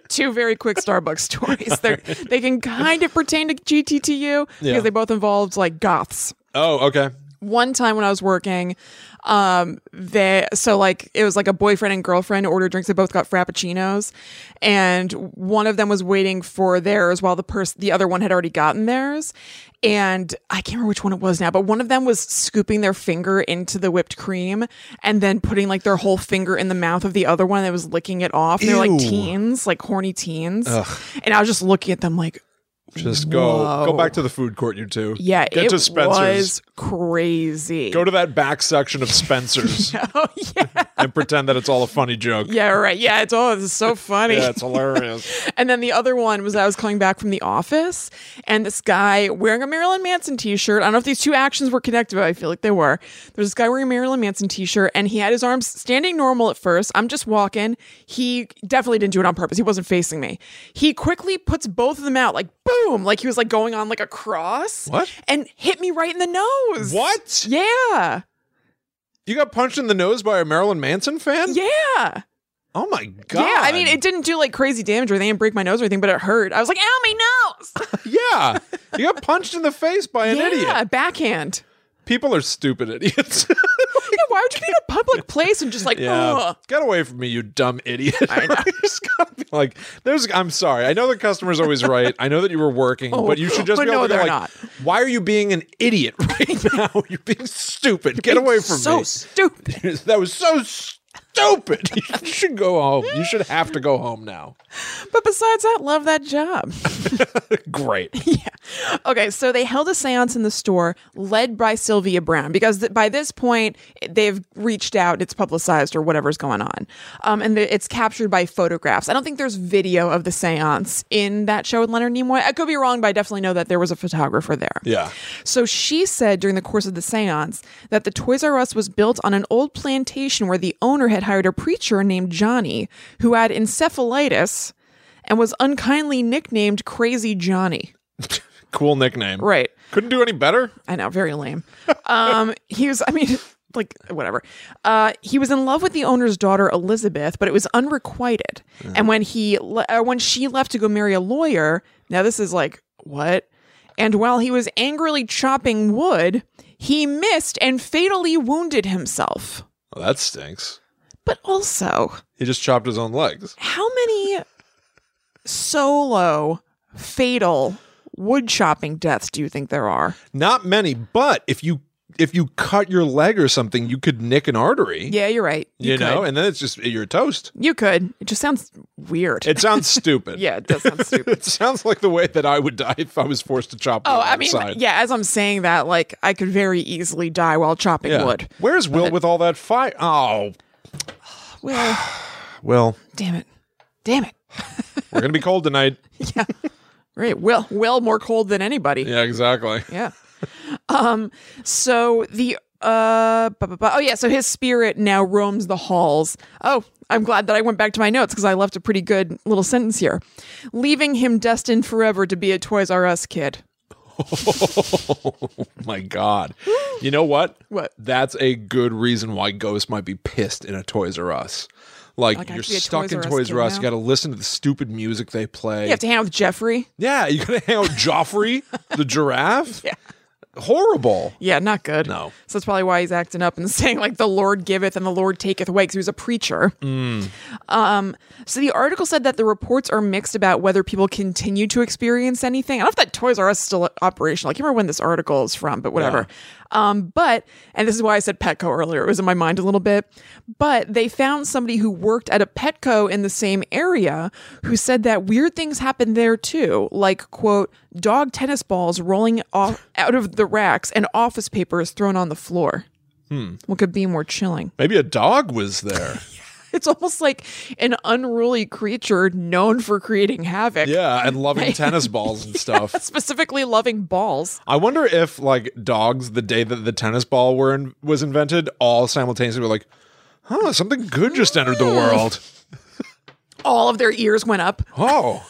S2: two very quick Starbucks stories. They're, they can kind of pertain to GTTU
S1: Yeah.
S2: because they both involved like goths.
S1: Oh, okay.
S2: One time when I was working, um, they so like it was like a boyfriend and girlfriend ordered drinks. They both got frappuccinos, and one of them was waiting for theirs while the person the other one had already gotten theirs. And I can't remember which one it was now, but one of them was scooping their finger into the whipped cream and then putting like their whole finger in the mouth of the other one that was licking it off. They're like
S1: Ew.
S2: teens, like horny teens, and I was just looking at them like,
S1: Just go go
S2: Whoa.
S1: back to the food court, you two.
S2: yeah,
S1: get
S2: it
S1: to Spencer's.
S2: was crazy.
S1: Go to that back section of Spencer's
S2: oh yeah.
S1: and pretend that it's all a funny joke.
S2: Yeah, right. Yeah, it's oh, this is so funny.
S1: Yeah, it's hilarious.
S2: and then the other one was I was coming back from the office, and this guy wearing a Marilyn Manson T-shirt. I don't know if these two actions were connected, but I feel like they were. There's this guy wearing a Marilyn Manson T-shirt, and he had his arms standing normal at first. I'm just walking. He definitely didn't do it on purpose. He wasn't facing me. He quickly puts both of them out, like boom, like he was like going on like a cross.
S1: What?
S2: And hit me right in the nose.
S1: what?
S2: Yeah.
S1: You got punched in the nose by a Marilyn Manson fan?
S2: Yeah.
S1: Oh my god.
S2: Yeah, I mean, it didn't do like crazy damage or they didn't break my nose or anything, but it hurt. I was like, ow, my nose!
S1: Yeah. You got punched in the face by an
S2: yeah,
S1: idiot.
S2: backhand.
S1: People are stupid idiots.
S2: Yeah, why would you be in a public place and just like,
S1: Yeah.
S2: ugh?
S1: Get away from me, you dumb idiot. You just gotta be like, there's I'm sorry. I know the customer's always right. I know that you were working,
S2: Oh,
S1: but you should just
S2: but
S1: be able
S2: no,
S1: to go
S2: they're
S1: like,
S2: not.
S1: why are you being an idiot right now? You're being stupid. Get away from
S2: so
S1: me.
S2: stupid.
S1: that was so stupid. you should go home. You should have to go home now.
S2: But besides that, love that job.
S1: Great.
S2: Okay, so they held a seance in the store led by Sylvia Brown because th- by this point they've reached out, it's publicized or whatever's going on. Um, and the- it's captured by photographs. I don't think there's video of the seance in that show with Leonard Nimoy. I could be wrong, but I definitely know that there was a photographer there.
S1: Yeah.
S2: So she said during the course of the seance that the Toys R Us was built on an old plantation where the owner had hired a preacher named Johnny who had encephalitis and was unkindly nicknamed Crazy Johnny.
S1: Cool nickname.
S2: Right.
S1: Couldn't do any better.
S2: I know, very lame. Um, he was, I mean, like, whatever. Uh, he was in love with the owner's daughter, Elizabeth, but it was unrequited. And when he, le- uh, when she left to go marry a lawyer, now this is like, what? And while he was angrily chopping wood, he missed and fatally wounded himself.
S1: Well, Oh, that stinks.
S2: But also,
S1: He just chopped his own legs.
S2: how many solo fatal wood chopping deaths do you think there are?
S1: Not many, but if you if you cut your leg or something, you could nick an artery.
S2: Yeah, you're right.
S1: You,
S2: could.
S1: know, and then it's just you're toast.
S2: You could. It just sounds weird.
S1: It sounds stupid.
S2: yeah, it does sound stupid.
S1: It sounds like the way that I would die if I was forced to chop
S2: Oh,
S1: wood
S2: I mean,
S1: outside.
S2: yeah, as I'm saying that, like, I could very easily die while chopping
S1: Yeah.
S2: wood.
S1: Where's Will with all that fire? Oh,
S2: Well,
S1: Will,
S2: damn it. Damn it.
S1: we're gonna be cold tonight.
S2: Right. Will, Will more cold than anybody.
S1: Yeah, exactly.
S2: Yeah. um. So the uh. bu- bu- bu- oh yeah. So his spirit now roams the halls. Oh, I'm glad that I went back to my notes because I left a pretty good little sentence here, leaving him destined forever to be a Toys R Us kid.
S1: My God. You know what?
S2: What?
S1: That's a good reason why Ghost might be pissed in a Toys R Us. Like,
S2: I have
S1: you're
S2: to be a
S1: stuck
S2: Toys
S1: in
S2: R Us
S1: Toys
S2: kid
S1: R Us. You
S2: now?
S1: got to listen to the stupid music they play.
S2: You have to hang out with Jeffrey.
S1: yeah, you got to hang out with Joffrey, the giraffe.
S2: Yeah.
S1: Horrible.
S2: Yeah, not good.
S1: No.
S2: So that's probably why he's acting up and saying, like, the Lord giveth and the Lord taketh away, because he was a preacher. Um, so the article said that the reports are mixed about whether people continue to experience anything. I don't know if that Toys R Us is still operational. I can't remember when this article is from, but whatever. Um, but, and this is why I said Petco earlier, it was in my mind a little bit. But they found somebody who worked at a Petco in the same area who said that weird things happened there too, like, quote, dog tennis balls rolling off out of the racks and office paper is thrown on the floor. What could be more chilling?
S1: Maybe a dog was there.
S2: It's almost like an unruly creature known for creating havoc,
S1: yeah, and loving tennis balls and stuff.
S2: specifically loving balls.
S1: I wonder if like dogs, the day that the tennis ball were in, was invented, all simultaneously were like, "Huh, something good just entered the
S2: Hmm.
S1: world."
S2: All of their ears went up.
S1: Oh,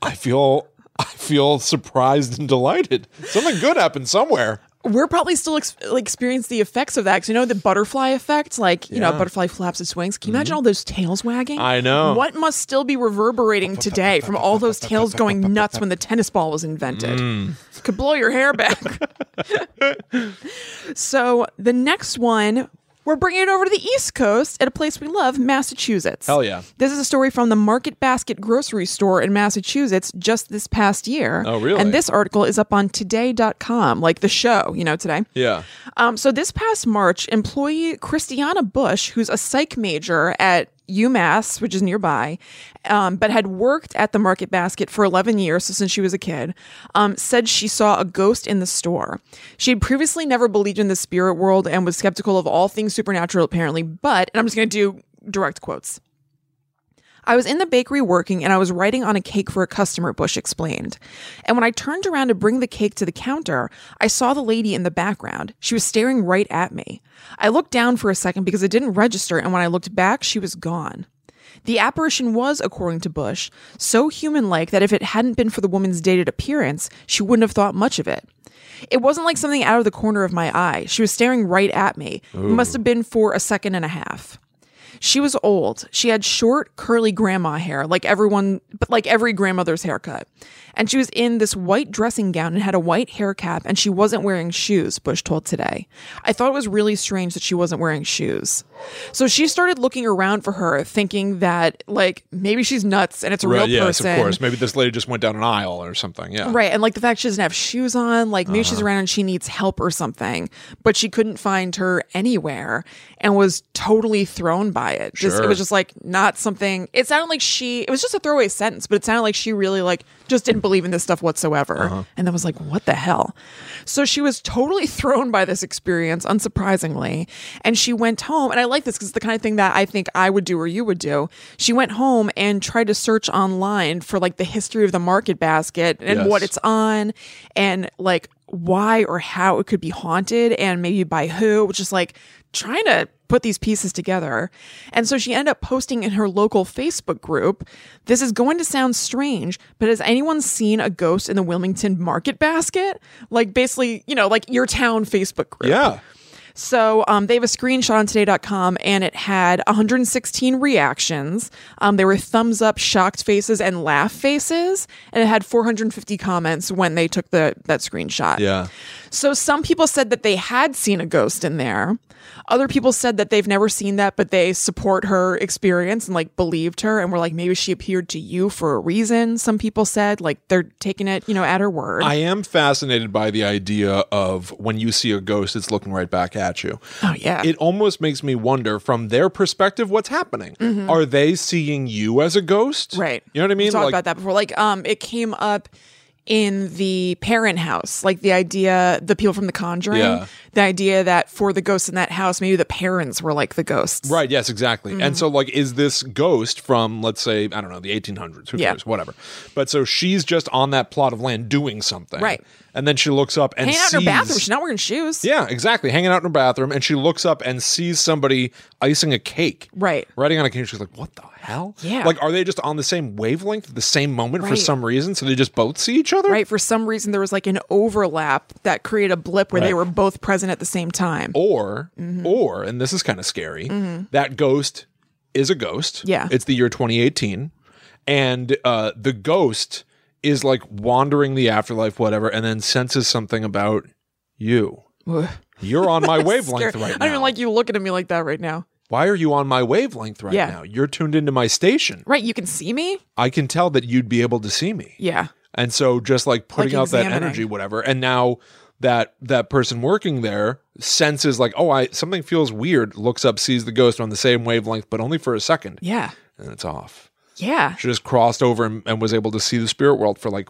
S1: I feel I feel surprised and delighted. Something good happened somewhere.
S2: we're probably still ex- like experience the effects of that. 'Cause you know the butterfly effect, like you
S1: Yeah.
S2: know,
S1: Mm-hmm.
S2: a butterfly flaps its wings. Can you imagine all those tails wagging?
S1: I know.
S2: What must still be reverberating today from all those tails going nuts when the tennis ball was invented?
S1: Mm.
S2: Could blow your hair back. so the next one, we're bringing it over to the East Coast at a place we love, Massachusetts.
S1: Hell yeah.
S2: This is a story from the Market Basket grocery store in Massachusetts just this past year.
S1: Oh, really?
S2: And this article is up on today.com, like the show, you know, today.
S1: Yeah.
S2: Um, so this past March, employee Christiana Bush, who's a psych major at UMass, which is nearby, um, but had worked at the Market Basket for 11 years, so since she was a kid, um, said she saw a ghost in the store. She had previously never believed in the spirit world and was skeptical of all things supernatural, apparently, but, and I'm just going to do direct quotes. I was in the bakery working and I was writing on a cake for a customer, Bush explained. And when I turned around to bring the cake to the counter, I saw the lady in the background. She was staring right at me. I looked down for a second because it didn't register, and when I looked back, she was gone. The apparition was, according to Bush, so human like that if it hadn't been for the woman's dated appearance, she wouldn't have thought much of it. It wasn't like something out of the corner of my eye. She was staring right at me. It must have been for a second and a half. She was old. She had short, curly grandma hair, like everyone, but like every grandmother's haircut. And she was in this white dressing gown and had a white hair cap, and she wasn't wearing shoes, Bush told today. I thought it was really strange that she wasn't wearing shoes. So she started looking around for her, thinking that, like, maybe she's nuts and it's a real
S1: yes,
S2: person.
S1: of course. Maybe this lady just went down an aisle or something. Yeah.
S2: Right. And like the fact she doesn't have shoes on, like maybe
S1: Uh-huh.
S2: she's around and she needs help or something, but she couldn't find her anywhere and was totally thrown by it. Just,
S1: Sure.
S2: it was just like not something. It sounded like she, it was just a throwaway sentence, but it sounded like she really like just didn't believe in this stuff whatsoever. And then was like, what the hell? So she was totally thrown by this experience, unsurprisingly. And she went home. And I like this because it's the kind of thing that I think I would do or you would do. She went home and tried to search online for like the history of the market basket and
S1: Yes.
S2: what it's on and like why or how it could be haunted and maybe by who, which is like trying to put these pieces together. And so she ended up posting in her local Facebook group this is going to sound strange, but has anyone seen a ghost in the Wilmington market basket? Like basically, you know, like your town Facebook group.
S1: Yeah.
S2: So um, they have a screenshot on today.com and it had 116 reactions. Um, there were thumbs up, shocked faces, and laugh faces. And it had 450 comments when they took the that screenshot.
S1: Yeah.
S2: So some people said that they had seen a ghost in there. Other people said that they've never seen that, but they support her experience and like believed her and were like, maybe she appeared to you for a reason. Some people said like they're taking it, you know, at her word.
S1: I am fascinated by the idea of when you see a ghost, it's looking right back at you.
S2: oh, yeah.
S1: It almost makes me wonder from their perspective what's happening. Are they seeing you as a ghost?
S2: Mm-hmm. Right.
S1: You know what I mean?
S2: We talked
S1: Like,
S2: about that before. Like, um, it came up in the parent house, like the idea, the people from The Conjuring,
S1: Yeah.
S2: the idea that for the ghosts in that house, maybe the parents were like the ghosts.
S1: Right. Yes. Exactly.
S2: Mm-hmm.
S1: And so, like, is this ghost from, let's say, I don't know, the 1800s? Who
S2: Yeah.
S1: cares? Whatever. But so she's just on that plot of land doing something,
S2: Right.
S1: And then she looks up and
S2: Hanging out
S1: sees,
S2: in her bathroom, she's not wearing shoes.
S1: yeah, exactly, hanging out in her bathroom, and she looks up and sees somebody icing a cake,
S2: Right.
S1: Writing on a cake. She's like, "What the hell?
S2: Yeah.
S1: Like, are they just on the same wavelength at the same moment for
S2: Right.
S1: some reason? So they just both see each other,
S2: Right. For some reason, there was like an overlap that created a blip where they
S1: Right.
S2: were both present at the same time.
S1: or
S2: Mm-hmm.
S1: or and this is kind of scary that ghost is a ghost
S2: Yeah.
S1: it's the year 2018 and uh the ghost is like wandering the afterlife whatever and then senses something about you
S2: Ugh.
S1: you're on my
S2: Scary.
S1: wavelength
S2: I
S1: Oh, right
S2: don't
S1: now
S2: even like you looking at me like that right now.
S1: why are you on my wavelength right
S2: Yeah.
S1: now you're tuned into my station
S2: Right. You can see me.
S1: i can tell that you'd be able to see me
S2: Yeah.
S1: and so just like putting
S2: Like
S1: out that
S2: examining.
S1: energy whatever and now that that person working there senses like oh i something feels weird looks up sees the ghost on the same wavelength but only for a second
S2: Yeah.
S1: and it's off
S2: Yeah.
S1: she just crossed over and, and was able to see the spirit world for like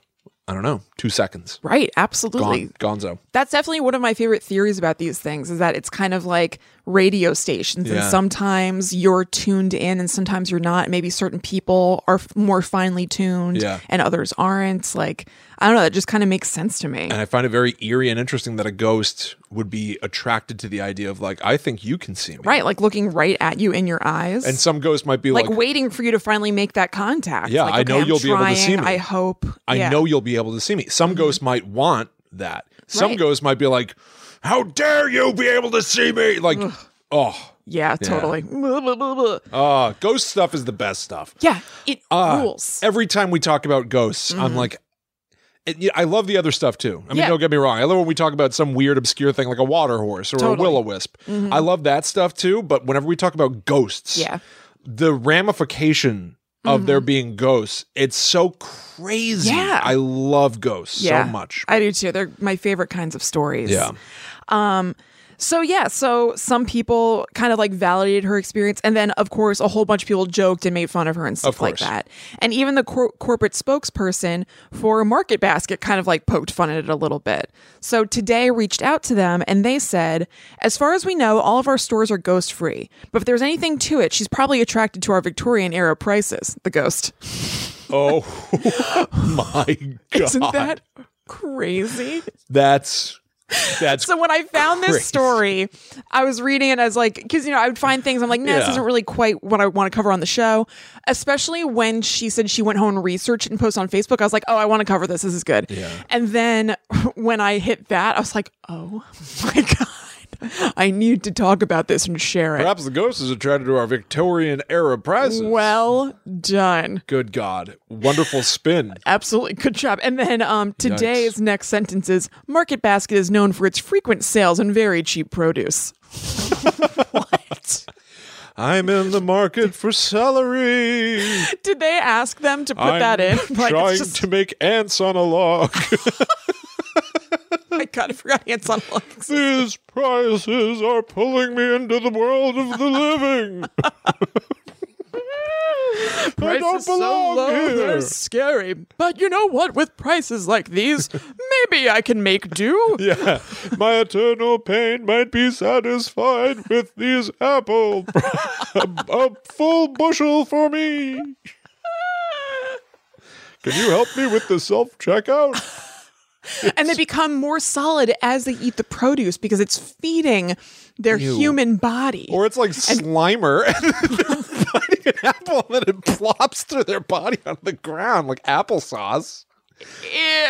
S1: i don't know two seconds
S2: Right. Absolutely.
S1: Gone, gonzo
S2: That's definitely one of my favorite theories about these things is that it's kind of like radio stations and
S1: Yeah.
S2: sometimes you're tuned in and sometimes you're not. Maybe certain people are f- more finely tuned
S1: Yeah.
S2: and others aren't. Like, I don't know, that just kind of makes sense to me.
S1: and i find it very eerie and interesting that a ghost would be attracted to the idea of like i think you can see me
S2: right, like looking right at you in your eyes.
S1: and some ghosts might be like,
S2: like, waiting for you to finally make that contact.
S1: Yeah,
S2: Like,
S1: I know
S2: I'm
S1: you'll be able to see
S2: trying,
S1: me.
S2: I hope.
S1: i
S2: Yeah. Mm-hmm.
S1: know you'll be able to see me some ghosts might want that Some
S2: Right.
S1: ghosts might be like, "How dare you be able to see me?" Like, oh,
S2: Yeah, totally. Blah, blah, blah, blah.
S1: oh, ghost stuff is the best stuff.
S2: Yeah, it
S1: Ah,
S2: rules.
S1: Every time we talk about ghosts, I'm like, it, yeah, I love the other stuff too. I mean,
S2: Mm-hmm. Yeah.
S1: don't get me wrong. I love when we talk about some weird, obscure thing like a water horse or a
S2: Totally. Mm-hmm.
S1: will o wisp. I love that stuff too. But whenever we talk about ghosts,
S2: Yeah. Mm-hmm.
S1: the ramification of there being ghosts, it's so crazy.
S2: Yeah.
S1: I love ghosts
S2: yeah.
S1: so much.
S2: I do too. They're my favorite kinds of stories. Um,
S1: Yeah.
S2: So yeah, so some people kind of like validated her experience, and then of course a whole bunch of people joked and made fun of her and stuff like
S1: course.
S2: that. And even the cor- corporate spokesperson for Market Basket kind of like poked fun at it a little bit. So today reached out to them and they said, as far as we know, all of our stores are ghost free, but if there's anything to it, she's probably attracted to our Victorian era prices. The ghost,
S1: Oh my god.
S2: isn't that crazy?
S1: That's that's
S2: So when I found
S1: Crazy.
S2: this story, I was reading it as like because you know I would find things I'm like, no, this
S1: Yeah.
S2: isn't really quite what I want to cover on the show. Especially when she said she went home and researched it and posted on Facebook, I was like, oh, I want to cover this. This is good.
S1: Yeah.
S2: And then when I hit that, I was like, oh my god, I need to talk about this and share it.
S1: perhaps the ghost is attracted to our Victorian era prices.
S2: Well done.
S1: Good God. Wonderful spin.
S2: Absolutely. Good job. And then um, today's
S1: Yikes.
S2: next sentence is Market Basket is known for its frequent sales and very cheap produce. what?
S1: I'm in the market for celery.
S2: Did they ask them to put
S1: I'm
S2: that in?
S1: trying
S2: it's just,
S1: to make ants on a log.
S2: I kind of forgot it's on locks.
S1: These prices are pulling me into the world of the living. I don't
S2: Prices so
S1: belong
S2: low,
S1: here.
S2: they're scary. But you know what? With prices like these, maybe I can make do.
S1: Yeah, my eternal pain might be satisfied with these apple. a, a full bushel for me. Can you help me with the self checkout?
S2: And they become more solid as they eat the produce because it's feeding their human body.
S1: Or it's like Slimer, and they're biting an apple, and then it plops through their body on the ground like applesauce.
S2: Ew.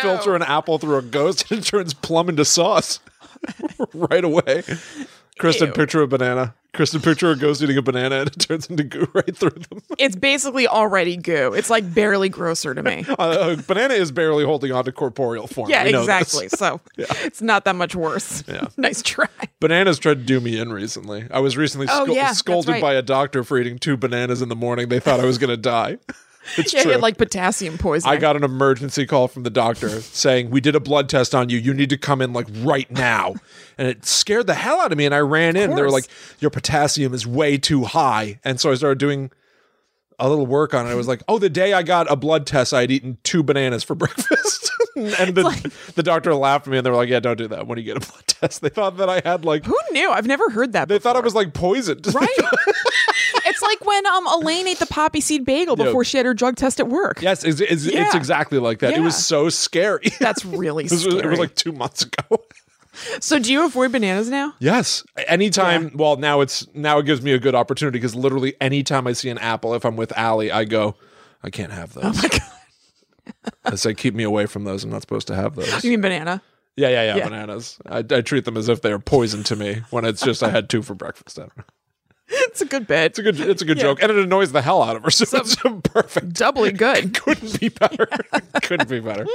S1: Filter an apple through a ghost, and it turns plum into sauce right away. Kristen,
S2: Ew.
S1: picture a banana. Kristen, picture a ghost eating a banana, and it turns into goo right through them.
S2: It's basically already goo. It's like barely grosser to me.
S1: Uh, a banana is barely holding on to corporeal form.
S2: Yeah,
S1: We know this.
S2: exactly. So it's not that much worse. nice try.
S1: Bananas tried to do me in recently. I was recently
S2: Oh,
S1: scol-
S2: yeah, that's
S1: scolded
S2: right.
S1: by a doctor for eating two bananas in the morning. They thought I was going to die. It's
S2: Yeah, he
S1: true.
S2: had like potassium poisoning.
S1: I got an emergency call from the doctor saying, We did a blood test on you. You need to come in like right now. And it scared the hell out of me. And I ran in. They were
S2: course.
S1: like, Your potassium is way too high. And so I started doing a little work on it. I was like, Oh, the day I got a blood test, I'd eaten two bananas for breakfast. and the, the doctor laughed at me and they were like, Yeah, don't do that. When you get a blood test, they thought that I had like,
S2: Who knew? I've never heard that.
S1: they thought I was like poisoned.
S2: Right. it's like when um Elaine ate the poppy seed bagel before she had her drug test at work.
S1: Yes, it's, it's, it's
S2: Yeah.
S1: exactly like that. It was
S2: Yeah.
S1: so scary.
S2: That's really
S1: This was-
S2: scary.
S1: it was like two months ago.
S2: so do you avoid bananas now?
S1: Yes. Anytime. Well, now it's now it gives me a good opportunity because literally anytime I see an apple, if I'm with Allie, I go, I can't have those.
S2: Like,
S1: I say, keep me away from those. I'm not supposed to have those.
S2: you mean banana?
S1: Yeah, yeah, yeah.
S2: Yeah.
S1: Bananas. I, I treat them as if they are poison to me when it's just I had two for breakfast. I don't know.
S2: It's a good bit.
S1: It's a good. It's a good joke, and it annoys the hell out of her. So, it's perfect.
S2: Doubly good.
S1: Couldn't be better. Couldn't be better.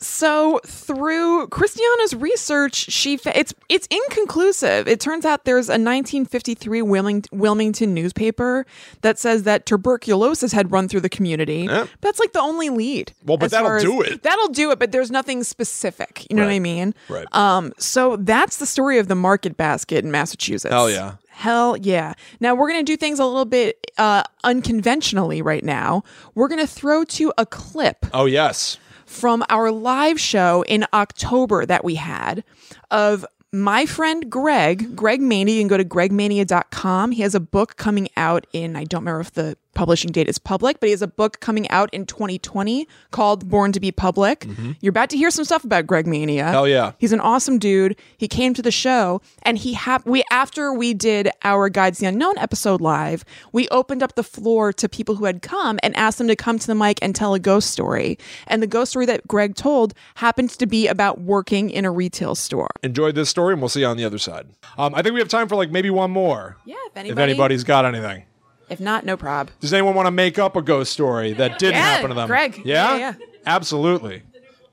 S2: So through Christiana's research, she fa- it's it's inconclusive. It turns out there's a 1953 Wilming- Wilmington newspaper that says that tuberculosis had run through the community. That's like the only lead.
S1: Well, but
S2: as
S1: that'll
S2: far as-
S1: do it.
S2: That'll do it. But there's nothing specific. You know what
S1: Right.
S2: I mean?
S1: Right.
S2: Um. So that's the story of the market basket in Massachusetts.
S1: Hell yeah.
S2: Hell yeah. Now we're going to do things a little bit uh, unconventionally right now. We're going to throw to a clip
S1: Oh yes.
S2: from our live show in October that we had of my friend Greg, Greg Mania. You can go to gregmania.com. He has a book coming out in, I don't remember if the publishing date is public, but he has a book coming out in 2020 called Born to be Public. You're about to hear some stuff about Greg Mania.
S1: Mm-hmm. Hell yeah.
S2: He's an awesome dude. He came to the show and he hap- we after we did our Guides the Unknown episode live, we opened up the floor to people who had come and asked them to come to the mic and tell a ghost story. And the ghost story that Greg told happened to be about working in a retail store.
S1: Enjoyed this story, and we'll see you on the other side. Um, I think we have time for like maybe one more.
S2: Yeah, if
S1: If
S2: anybody-
S1: anybody's got anything.
S2: If not, no prob.
S1: Does anyone want to make up a ghost story that didn't
S2: Yeah,
S1: happen to them?
S2: Greg.
S1: Yeah?
S2: Yeah, yeah.
S1: Absolutely.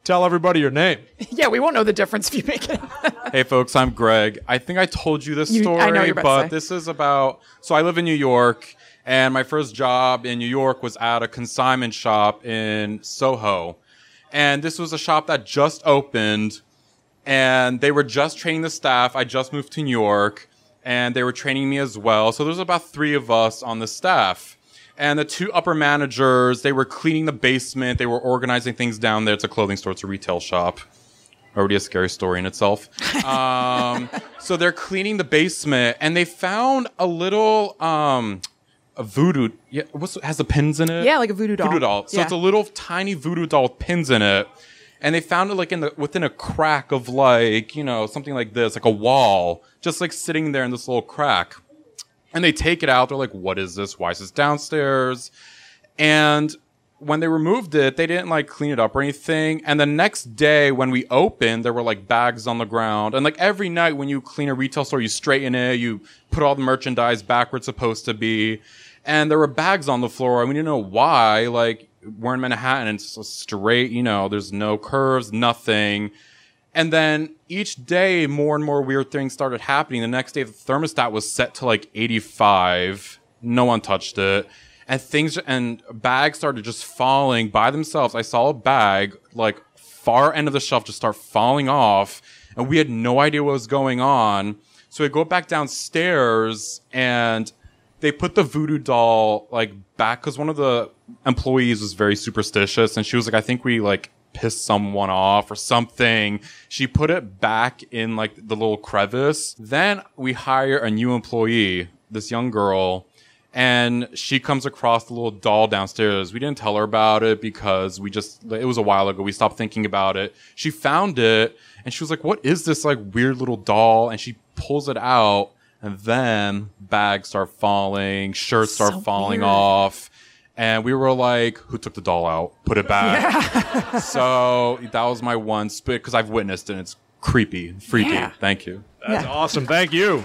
S1: Tell everybody your name.
S2: Yeah, we won't know the difference if you make it.
S3: Hey folks, I'm Greg. I think I told you this
S2: You- I know
S3: story,
S2: you're about to
S3: but
S2: say.
S3: this is about so I live in New York and my first job in New York was at a consignment shop in Soho. And this was a shop that just opened and they were just training the staff. I just moved to New York and they were training me as well. So there was about 3 of us on the staff. And the two upper managers, they were cleaning the basement, they were organizing things down there. It's a clothing store, it's a retail shop already a scary story in itself. Um, so they're cleaning the basement and they found a little um, a voodoo. Yeah, what's has the pins in it?
S2: Yeah, like a voodoo doll.
S3: Voodoo doll. So
S2: Yeah.
S3: it's a little tiny voodoo doll with pins in it, and they found it like in the within a crack of like you know something like this, like a wall, just like sitting there in this little crack. And they take it out. They're like, "What is this? Why is this downstairs?" And when they removed it, they didn't like clean it up or anything. And the next day when we opened, there were like bags on the ground. And like every night when you clean a retail store, you straighten it, you put all the merchandise back where it's supposed to be. And there were bags on the floor. and we didn't know why. Like we're in Manhattan and it's so straight, you know, there's no curves, nothing. And then each day, more and more weird things started happening. The next day, the thermostat was set to like 85. No one touched it. And things and bags started just falling by themselves. I saw a bag, like far end of the shelf, just start falling off. And we had no idea what was going on. So we go back downstairs and they put the voodoo doll like back because one of the employees was very superstitious and she was like i think we like pissed someone off or something she put it back in like the little crevice then we hire a new employee this young girl and she comes across the little doll downstairs. We didn't tell her about it because we just it was a while ago. We stopped thinking about it. She found it and she was like, "What is this like weird little doll?" And she pulls it out and then bags start falling, shirts start
S2: So
S3: falling
S2: weird.
S3: off. And we were like, "Who took the doll out? Put it back." so that was my one spit because I've witnessed it. And it's creepy, freaky.
S2: Yeah.
S3: Thank you.
S1: That's
S2: Yeah.
S1: awesome. Thank you.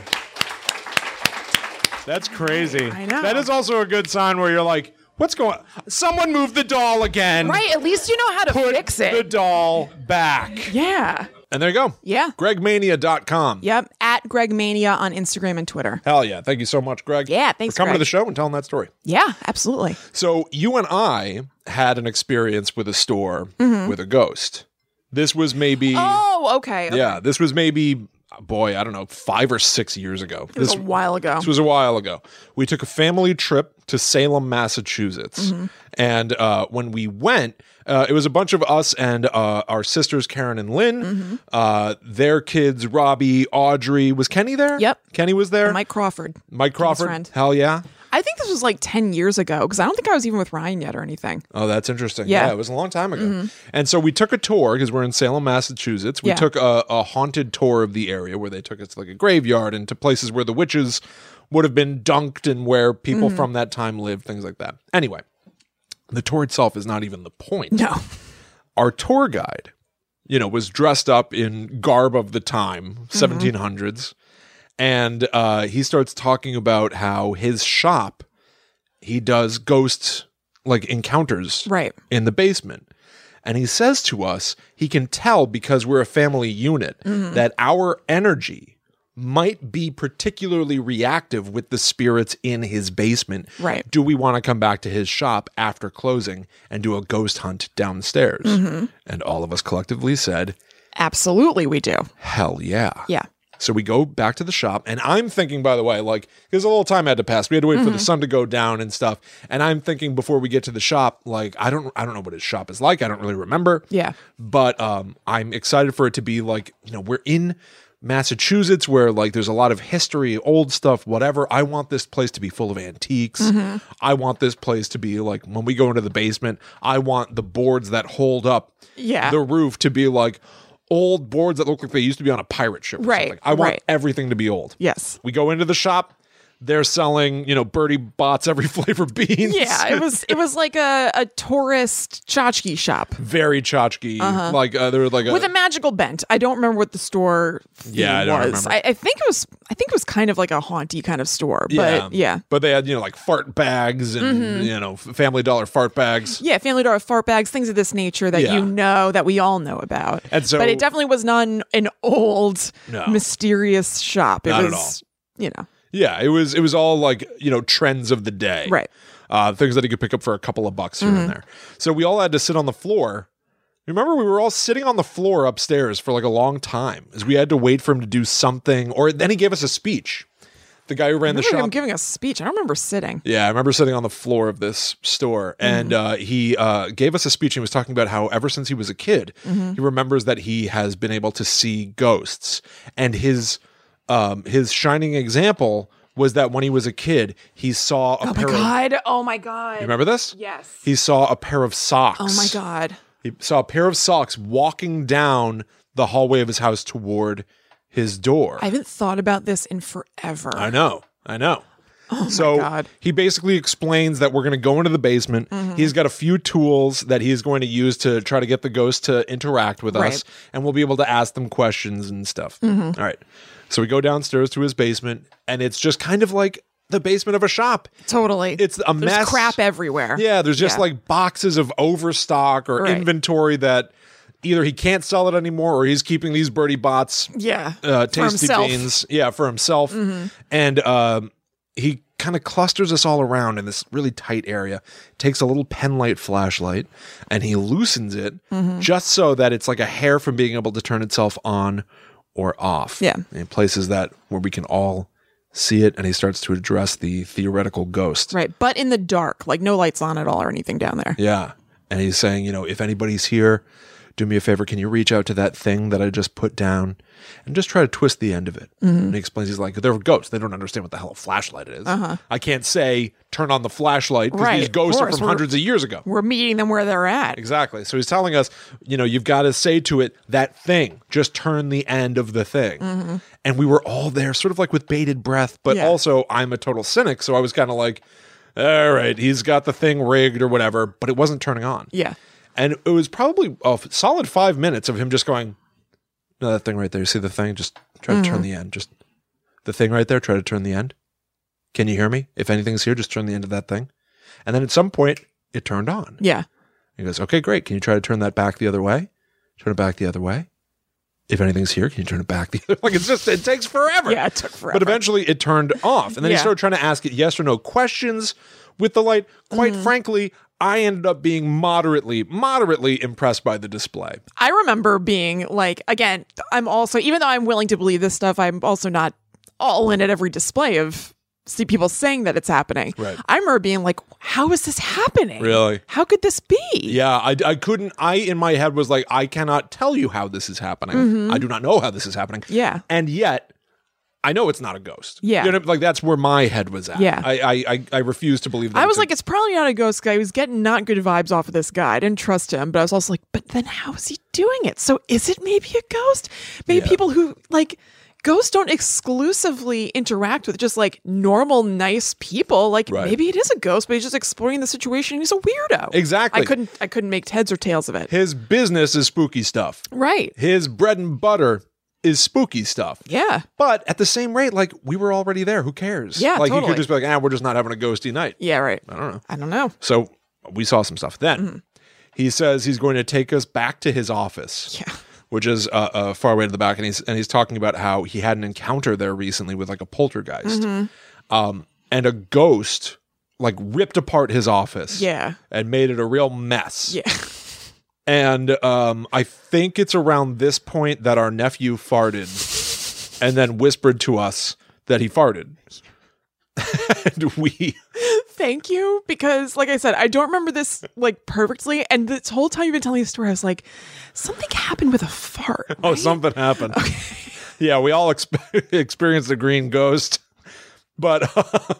S1: That's crazy.
S2: I know.
S1: That is also a good sign where you're like, what's going Someone moved the doll again.
S2: Right, at least you know how to
S1: Put
S2: fix
S1: the
S2: it.
S1: doll back.
S2: yeah.
S1: And there you go.
S2: Yeah.
S1: Gregmania.com.
S2: Yep. At Greg Mania on Instagram and Twitter.
S1: Hell yeah. Thank you so much, Greg.
S2: Yeah, thanks,
S1: for coming to
S2: Greg.
S1: the show and telling that story.
S2: Yeah, absolutely.
S1: So you and I had an experience with a store with a ghost. This was maybe
S2: Mm-hmm. Oh, okay.
S1: yeah, this was maybe boy, I don't know, 5 or 6 years ago.
S2: It was
S1: this
S2: a while ago.
S1: this was a while ago. We took a family trip to Salem, Massachusetts.
S2: Mm-hmm.
S1: And uh, when we went, uh, it was a bunch of us and uh, our sisters, Karen and Lynn,
S2: Mm-hmm.
S1: uh, their kids, Robbie, Audrey. Was Kenny there?
S2: Yep.
S1: Kenny was there.
S2: Mike Crawford.
S1: Mike Crawford.
S2: friend.
S1: Hell yeah.
S2: I think this was like 10 years ago because I don't think I was even with Ryan yet or anything.
S1: Oh, that's interesting. Yeah,
S2: Yeah. Mm-hmm.
S1: it was a long time ago. And so we took a tour because we're in Salem, Massachusetts. We
S2: Yeah.
S1: took a, a haunted tour of the area where they took us to like a graveyard and to places where the witches would have been dunked and where people
S2: Mm-hmm.
S1: from that time lived, things like that. Anyway, the tour itself is not even the point.
S2: No.
S1: Our tour guide, you know, was dressed up in garb of the
S2: Mm-hmm.
S1: time, 1700s. And uh, he starts talking about how his shop, he does ghost like encounters
S2: Right.
S1: in the basement. And he says to us, he can tell because we're a family unit that our energy might be particularly reactive with the spirits in his basement.
S2: Right.
S1: Do we want to come back to his shop after closing and do a ghost hunt downstairs? And all of us collectively said,
S2: Absolutely, we do.
S1: hell yeah.
S2: Yeah.
S1: So we go back to the shop, and I'm thinking, by the way, like, because a little time had to pass. We had to wait
S2: Mm-hmm.
S1: for the sun to go down and stuff. And I'm thinking before we get to the shop, like, I don't, I don't know what his shop is like. I don't really remember.
S2: Yeah.
S1: But um, I'm excited for it to be like, you know, we're in Massachusetts where like there's a lot of history, old stuff, whatever. I want this place to be full of antiques.
S2: Mm-hmm.
S1: I want this place to be like when we go into the basement, I want the boards that hold up
S2: Yeah.
S1: the roof to be like old boards that look like they used to be on a pirate ship. or
S2: Right,
S1: something. I want
S2: right.
S1: everything to be old.
S2: Yes.
S1: We go into the shop. They're selling, you know, Birdie bots every flavor beans.
S2: Yeah, it was it was like a, a tourist tchotchke shop
S1: very tchotchke. Like uh, there was like a,
S2: Uh-huh. with a magical bent. I don't remember what the store theme
S1: Yeah, I don't
S2: was.
S1: remember.
S2: I, I think it was I think it was kind of like a haunty kind of store. But yeah. Mm-hmm.
S1: But they had you know like fart bags and you know Family Dollar fart bags.
S2: Yeah, Family Dollar fart bags, things of this nature that
S1: Yeah.
S2: you know that we all know about.
S1: And so-
S2: but it definitely was not an, an old,
S1: No.
S2: mysterious shop. It
S1: Not at
S2: was, you know,
S1: Yeah, it was it was all like you know trends of the day,
S2: Right.
S1: Uh, things that he could pick up for a couple of bucks
S2: Mm-hmm.
S1: here and there. So we all had to sit on the floor. Remember, we were all sitting on the floor upstairs for like a long time as we had to wait for him to do something. Or then he gave us a speech. The guy who ran the
S2: I remember
S1: shop
S2: him giving a speech. I don't remember sitting.
S1: Yeah, I remember sitting on the floor of this store, and
S2: Mm-hmm.
S1: uh, he uh, gave us a speech. and was talking about how ever since he was a kid,
S2: Mm-hmm.
S1: he remembers that he has been able to see ghosts, and his um, his shining example was that when he was a kid, he saw a
S2: Oh my
S1: pair. Of,
S2: god! Oh my god!
S1: you remember this?
S2: Yes.
S1: He saw a pair of socks.
S2: oh my god!
S1: He saw a pair of socks walking down the hallway of his house toward his door.
S2: I haven't thought about this in forever.
S1: I know. I know. so
S2: Oh God. Mm-hmm.
S1: he basically explains that we're going to go into the basement. He's got a few tools that he's going to use to try to get the ghost to interact with
S2: Right. Mm-hmm.
S1: us, and we'll be able to ask them questions and stuff. All right. So we go downstairs to his basement, and it's just kind of like the basement of a shop.
S2: Totally.
S1: It's a
S2: There's
S1: mess.
S2: crap everywhere.
S1: Yeah, there's just
S2: Yeah.
S1: like boxes of overstock or
S2: Right.
S1: inventory that either he can't sell it anymore or he's keeping these birdie bots
S2: Yeah.
S1: uh,
S2: For
S1: tasty
S2: himself. Mm-hmm.
S1: beans. Yeah, for himself. And um, he kind of clusters us all around in this really tight area, takes a little pen light flashlight, and he loosens it
S2: Mm-hmm.
S1: just so that it's like a hair from being able to turn itself on or off.
S2: Yeah.
S1: In places that where we can all see it, and he starts to address the theoretical ghost.
S2: Right, but in the dark, like no lights on at all or anything down there.
S1: Yeah. And he's saying, you know, if anybody's here, do me a favor. Can you reach out to that thing that I just put down and just try to twist the end of it?
S2: Mm-hmm.
S1: And he explains, he's like, they're ghosts. They don't understand what the hell a flashlight is. I can't say, turn on the flashlight because
S2: Uh-huh. Right,
S1: these
S2: of
S1: ghosts are
S2: course,
S1: from
S2: we're-
S1: hundreds of years ago.
S2: We're meeting them where they're at.
S1: Exactly. So he's telling us, you know, you've got to say to it that thing. Just turn the end of the thing. And we were all there, sort of like with bated breath, but
S2: Mm-hmm. Yeah.
S1: also I'm a total cynic, so I was kind of like, all right, he's got the thing rigged or whatever, but it wasn't turning on.
S2: Yeah.
S1: And it was probably a f- solid five minutes of him just going, no, that thing right there. See the thing? Just try to turn the end. Just the thing right there. Try to turn the end. Can you hear me? If anything's here, just turn the end of that thing. And then at some point, it turned on.
S2: Yeah.
S1: He goes, okay, great. Can you try to turn that back the other way? Turn it back the other way. If anything's here, can you turn it back the other way? Like it's just, it takes forever.
S2: Yeah, it took forever.
S1: But eventually it turned off. And then he
S2: Yeah.
S1: started trying to ask it yes or no questions with the light. Quite
S2: Mm.
S1: frankly, I ended up being moderately, moderately impressed by the display.
S2: I remember being like, again, I'm also, even though I'm willing to believe this stuff, I'm also not all in at every display of see people saying that it's happening.
S1: Right.
S2: I remember being like, how is this happening?
S1: Really?
S2: How could this be?
S1: Yeah, I, I couldn't. I, in my head, was like, I cannot tell you how this is happening. I do not know how this is happening.
S2: Mm-hmm. Yeah.
S1: And yet, I know it's not a ghost.
S2: Yeah.
S1: You know, like that's where my head was at.
S2: Yeah.
S1: I, I, I, I refuse to believe that.
S2: I
S1: it
S2: was
S1: could-
S2: like, it's probably not a ghost guy. He was getting not good vibes off of this guy. I didn't trust him, but I was also like, but then how is he doing it? So is it maybe a ghost? Maybe
S1: Yeah.
S2: people who like ghosts don't exclusively interact with just like normal, nice people. Like
S1: Right.
S2: maybe it is a ghost, but he's just exploring the situation. and He's a weirdo.
S1: Exactly.
S2: I couldn't. I couldn't make heads or tails of it.
S1: his business is spooky stuff.
S2: Right.
S1: His bread and butter is spooky stuff.
S2: Yeah.
S1: But at the same rate, like we were already there. Who cares?
S2: Yeah,
S1: Like you
S2: totally.
S1: could just be like, ah, we're just not having a ghosty night.
S2: Yeah. Right.
S1: I don't know.
S2: I don't know.
S1: So we saw some stuff. Then
S2: Mm-hmm.
S1: he says he's going to take us back to his office,
S2: Yeah.
S1: which is uh, uh, far away to the back, and he's and he's talking about how he had an encounter there recently with like a poltergeist,
S2: Mm-hmm.
S1: um, and a ghost like ripped apart his office,
S2: Yeah.
S1: and made it a real mess.
S2: Yeah.
S1: And um, I think it's around this point that our nephew farted and then whispered to us that he farted. and we
S2: thank you because like i said i don't remember this like perfectly and this whole time you've been telling the story i was like something happened with a fart
S1: Oh,
S2: right?
S1: something happened. yeah, we all exp- experienced a green ghost, but um,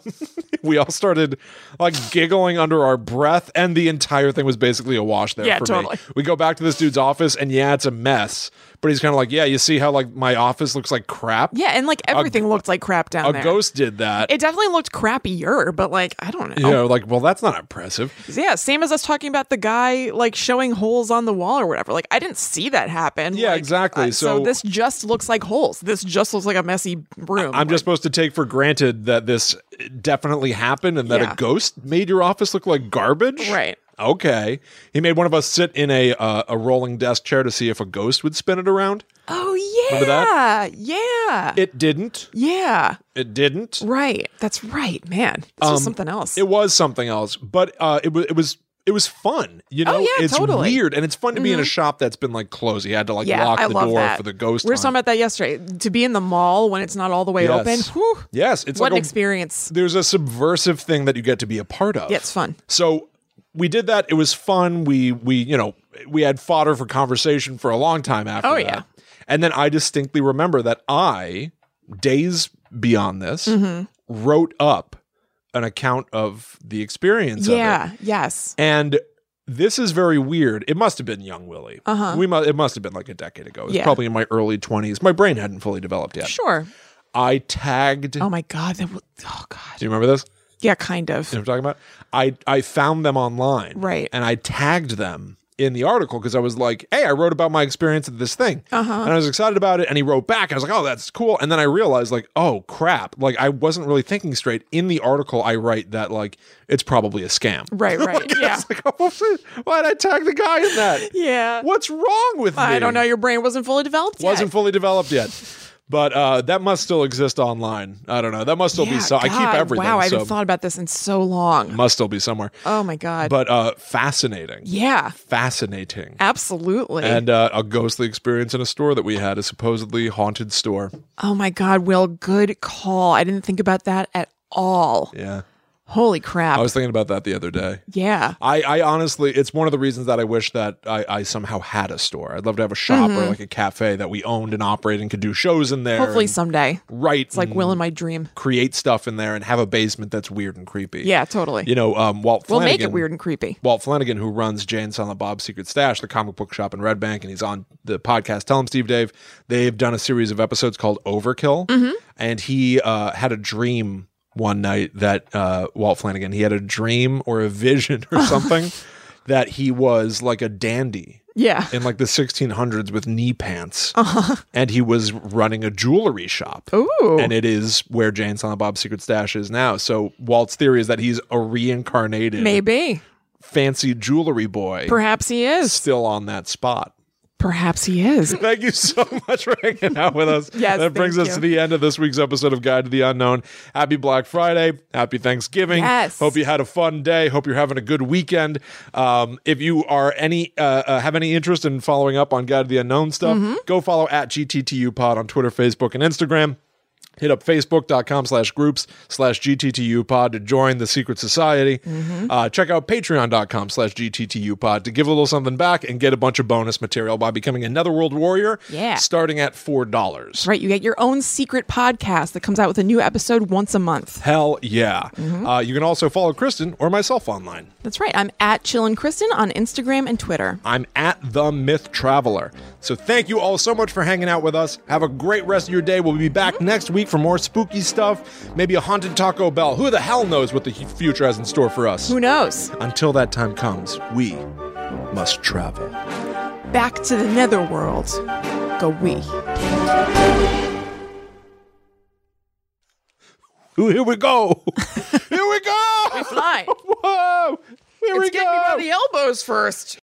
S1: we all started like giggling under our breath, and the entire thing was basically a wash there.
S2: Yeah,
S1: for
S2: totally.
S1: Me. We go back to this dude's office, and yeah, it's a mess, but he's kind of like, yeah, you see how like my office looks like crap.
S2: Yeah, and like everything looked like crap down
S1: a
S2: there.
S1: ghost did that.
S2: it definitely looked crappier, but like I don't know.
S1: you know, like, well, that's not impressive.
S2: Yeah, same as us talking about the guy like showing holes on the wall or whatever. Like I didn't see that happen.
S1: Yeah,
S2: Like,
S1: exactly.
S2: so,
S1: So-
S2: this just looks like holes. This just looks like a messy room.
S1: I'm
S2: Like,
S1: just supposed to take for granted that this definitely happened and that
S2: Yeah.
S1: a ghost made your office look like garbage.
S2: Right.
S1: Okay. He made one of us sit in a uh, a rolling desk chair to see if a ghost would spin it around.
S2: oh yeah,
S1: Remember that?
S2: yeah,
S1: It didn't.
S2: yeah.
S1: It didn't.
S2: Right, that's right, man. This
S1: Um,
S2: was something else.
S1: It was something else, but uh, it was it was it was fun. You know,
S2: Oh, yeah,
S1: it's
S2: totally. Mm-hmm.
S1: weird and it's fun to be in a shop that's been like closed. You had to like
S2: yeah,
S1: lock
S2: I
S1: the
S2: love
S1: door
S2: that.
S1: for the ghost.
S2: We were
S1: hunt.
S2: talking about that yesterday. To be in the mall when it's not all the way
S1: Yes.
S2: open. Whew,
S1: yes, it's
S2: what an
S1: like a,
S2: experience.
S1: there's a subversive thing that you get to be a part of.
S2: Yeah, it's fun.
S1: so we did that it was fun we we you know we had fodder for conversation for a long time after
S2: Oh,
S1: that.
S2: yeah.
S1: and then i distinctly remember that i days beyond this
S2: Mm-hmm.
S1: wrote up an account of the experience of it.
S2: Yeah. Yes.
S1: and this is very weird it must have been young willie
S2: Uh-huh.
S1: we mu- it must have been like a decade ago it was
S2: Yeah.
S1: probably in my early 20s my brain hadn't fully developed yet
S2: Sure.
S1: i tagged
S2: Oh my God. That was, oh God.
S1: do you remember this
S2: Yeah, kind of.
S1: You know what I'm talking about? I I found them online,
S2: Right.
S1: And I tagged them in the article because I was like, "Hey, I wrote about my experience at this thing," uh-huh. and I was excited about it. And he wrote back. I was like, "Oh, that's cool." And then I realized, like, "Oh crap!" Like I wasn't really thinking straight. In the article, I write that like it's probably a scam.
S2: Right. Right.
S1: I
S2: yeah.
S1: was like, oh, shit, why'd I tag the guy in that?
S2: Yeah.
S1: What's wrong with me?
S2: I don't know. Your brain wasn't fully developed yet.
S1: wasn't fully developed yet. But uh, that must still exist online. I don't know. That must still
S2: Yeah,
S1: be so. I
S2: God,
S1: keep everything.
S2: Wow, I
S1: so
S2: haven't thought about this in so long.
S1: must still be somewhere.
S2: Oh my God.
S1: but uh fascinating
S2: yeah,
S1: fascinating
S2: absolutely.
S1: and uh, a ghostly experience in a store that we had a supposedly haunted store
S2: oh my God, Will, good call. I didn't think about that at all.
S1: yeah
S2: Holy crap.
S1: i was thinking about that the other day
S2: yeah.
S1: I, I honestly, it's one of the reasons that I wish that I, I somehow had a store. I'd love to have a shop or like a cafe that we owned and operated and could do shows in there.
S2: Mm-hmm. Hopefully
S1: and Mm.
S2: someday.
S1: write
S2: It's like
S1: and
S2: Will in my dream.
S1: create stuff in there and have a basement that's weird and creepy.
S2: Yeah, totally.
S1: you know, um, Walt
S2: we'll
S1: Flanagan.
S2: make it weird and creepy.
S1: Walt Flanagan, who runs Jay and Silent Bob's Secret Stash, the comic book shop in Red Bank, and he's on the podcast Tell Him Steve Dave. They've done a series of episodes called Overkill, and he uh, had a dream one night that uh, Walt Flanagan he had a dream or a vision or something that he was like a dandy
S2: Yeah.
S1: in like the 1600s with knee pants, and he was running a jewelry shop.
S2: Oooo.
S1: And it is where Jay and Silent Bob's Secret Stash is now. So Walt's theory is that he's a reincarnated
S2: Maybe.
S1: fancy jewelry boy
S2: Perhaps he is.
S1: still on that spot.
S2: Perhaps he is.
S1: Thank you so much for hanging out with us.
S2: Yes,
S1: that brings
S2: thank
S1: us
S2: you.
S1: to the end of this week's episode of Guide to the Unknown. Happy Black Friday. Happy Thanksgiving.
S2: Yes.
S1: Hope you had a fun day. Hope you're having a good weekend. Um, if you are any uh, uh, have any interest in following up on Guide to the Unknown stuff,
S2: Mm-hmm.
S1: go follow at GTTU Pod on Twitter, Facebook, and Instagram. Hit up facebook.com slash groups slash GTTU pod to join the secret society. Uh, check out patreon.com slash GTTU pod to give a little something back and get a bunch of bonus material by becoming another world warrior.
S2: Yeah.
S1: Starting at $4.
S2: Right, you get your own secret podcast that comes out with a new episode once a month.
S1: Hell yeah. Uh, you can also follow Kristen or myself online.
S2: That's right. I'm at Chillin' Kristen on Instagram and Twitter.
S1: I'm at the Myth Traveler. So thank you all so much for hanging out with us. Have a great rest of your day. We'll be back next week for more spooky stuff, maybe a haunted Taco Bell. Who the hell knows what the hu- future has in store for us?
S2: Who knows?
S1: Until that time comes, we must travel.
S2: Back to the netherworld. Go we.
S1: Ooh, here we go. here we go.
S2: Fly.
S1: Whoa. Here we
S2: It's
S1: go.
S2: getting me by the elbows first.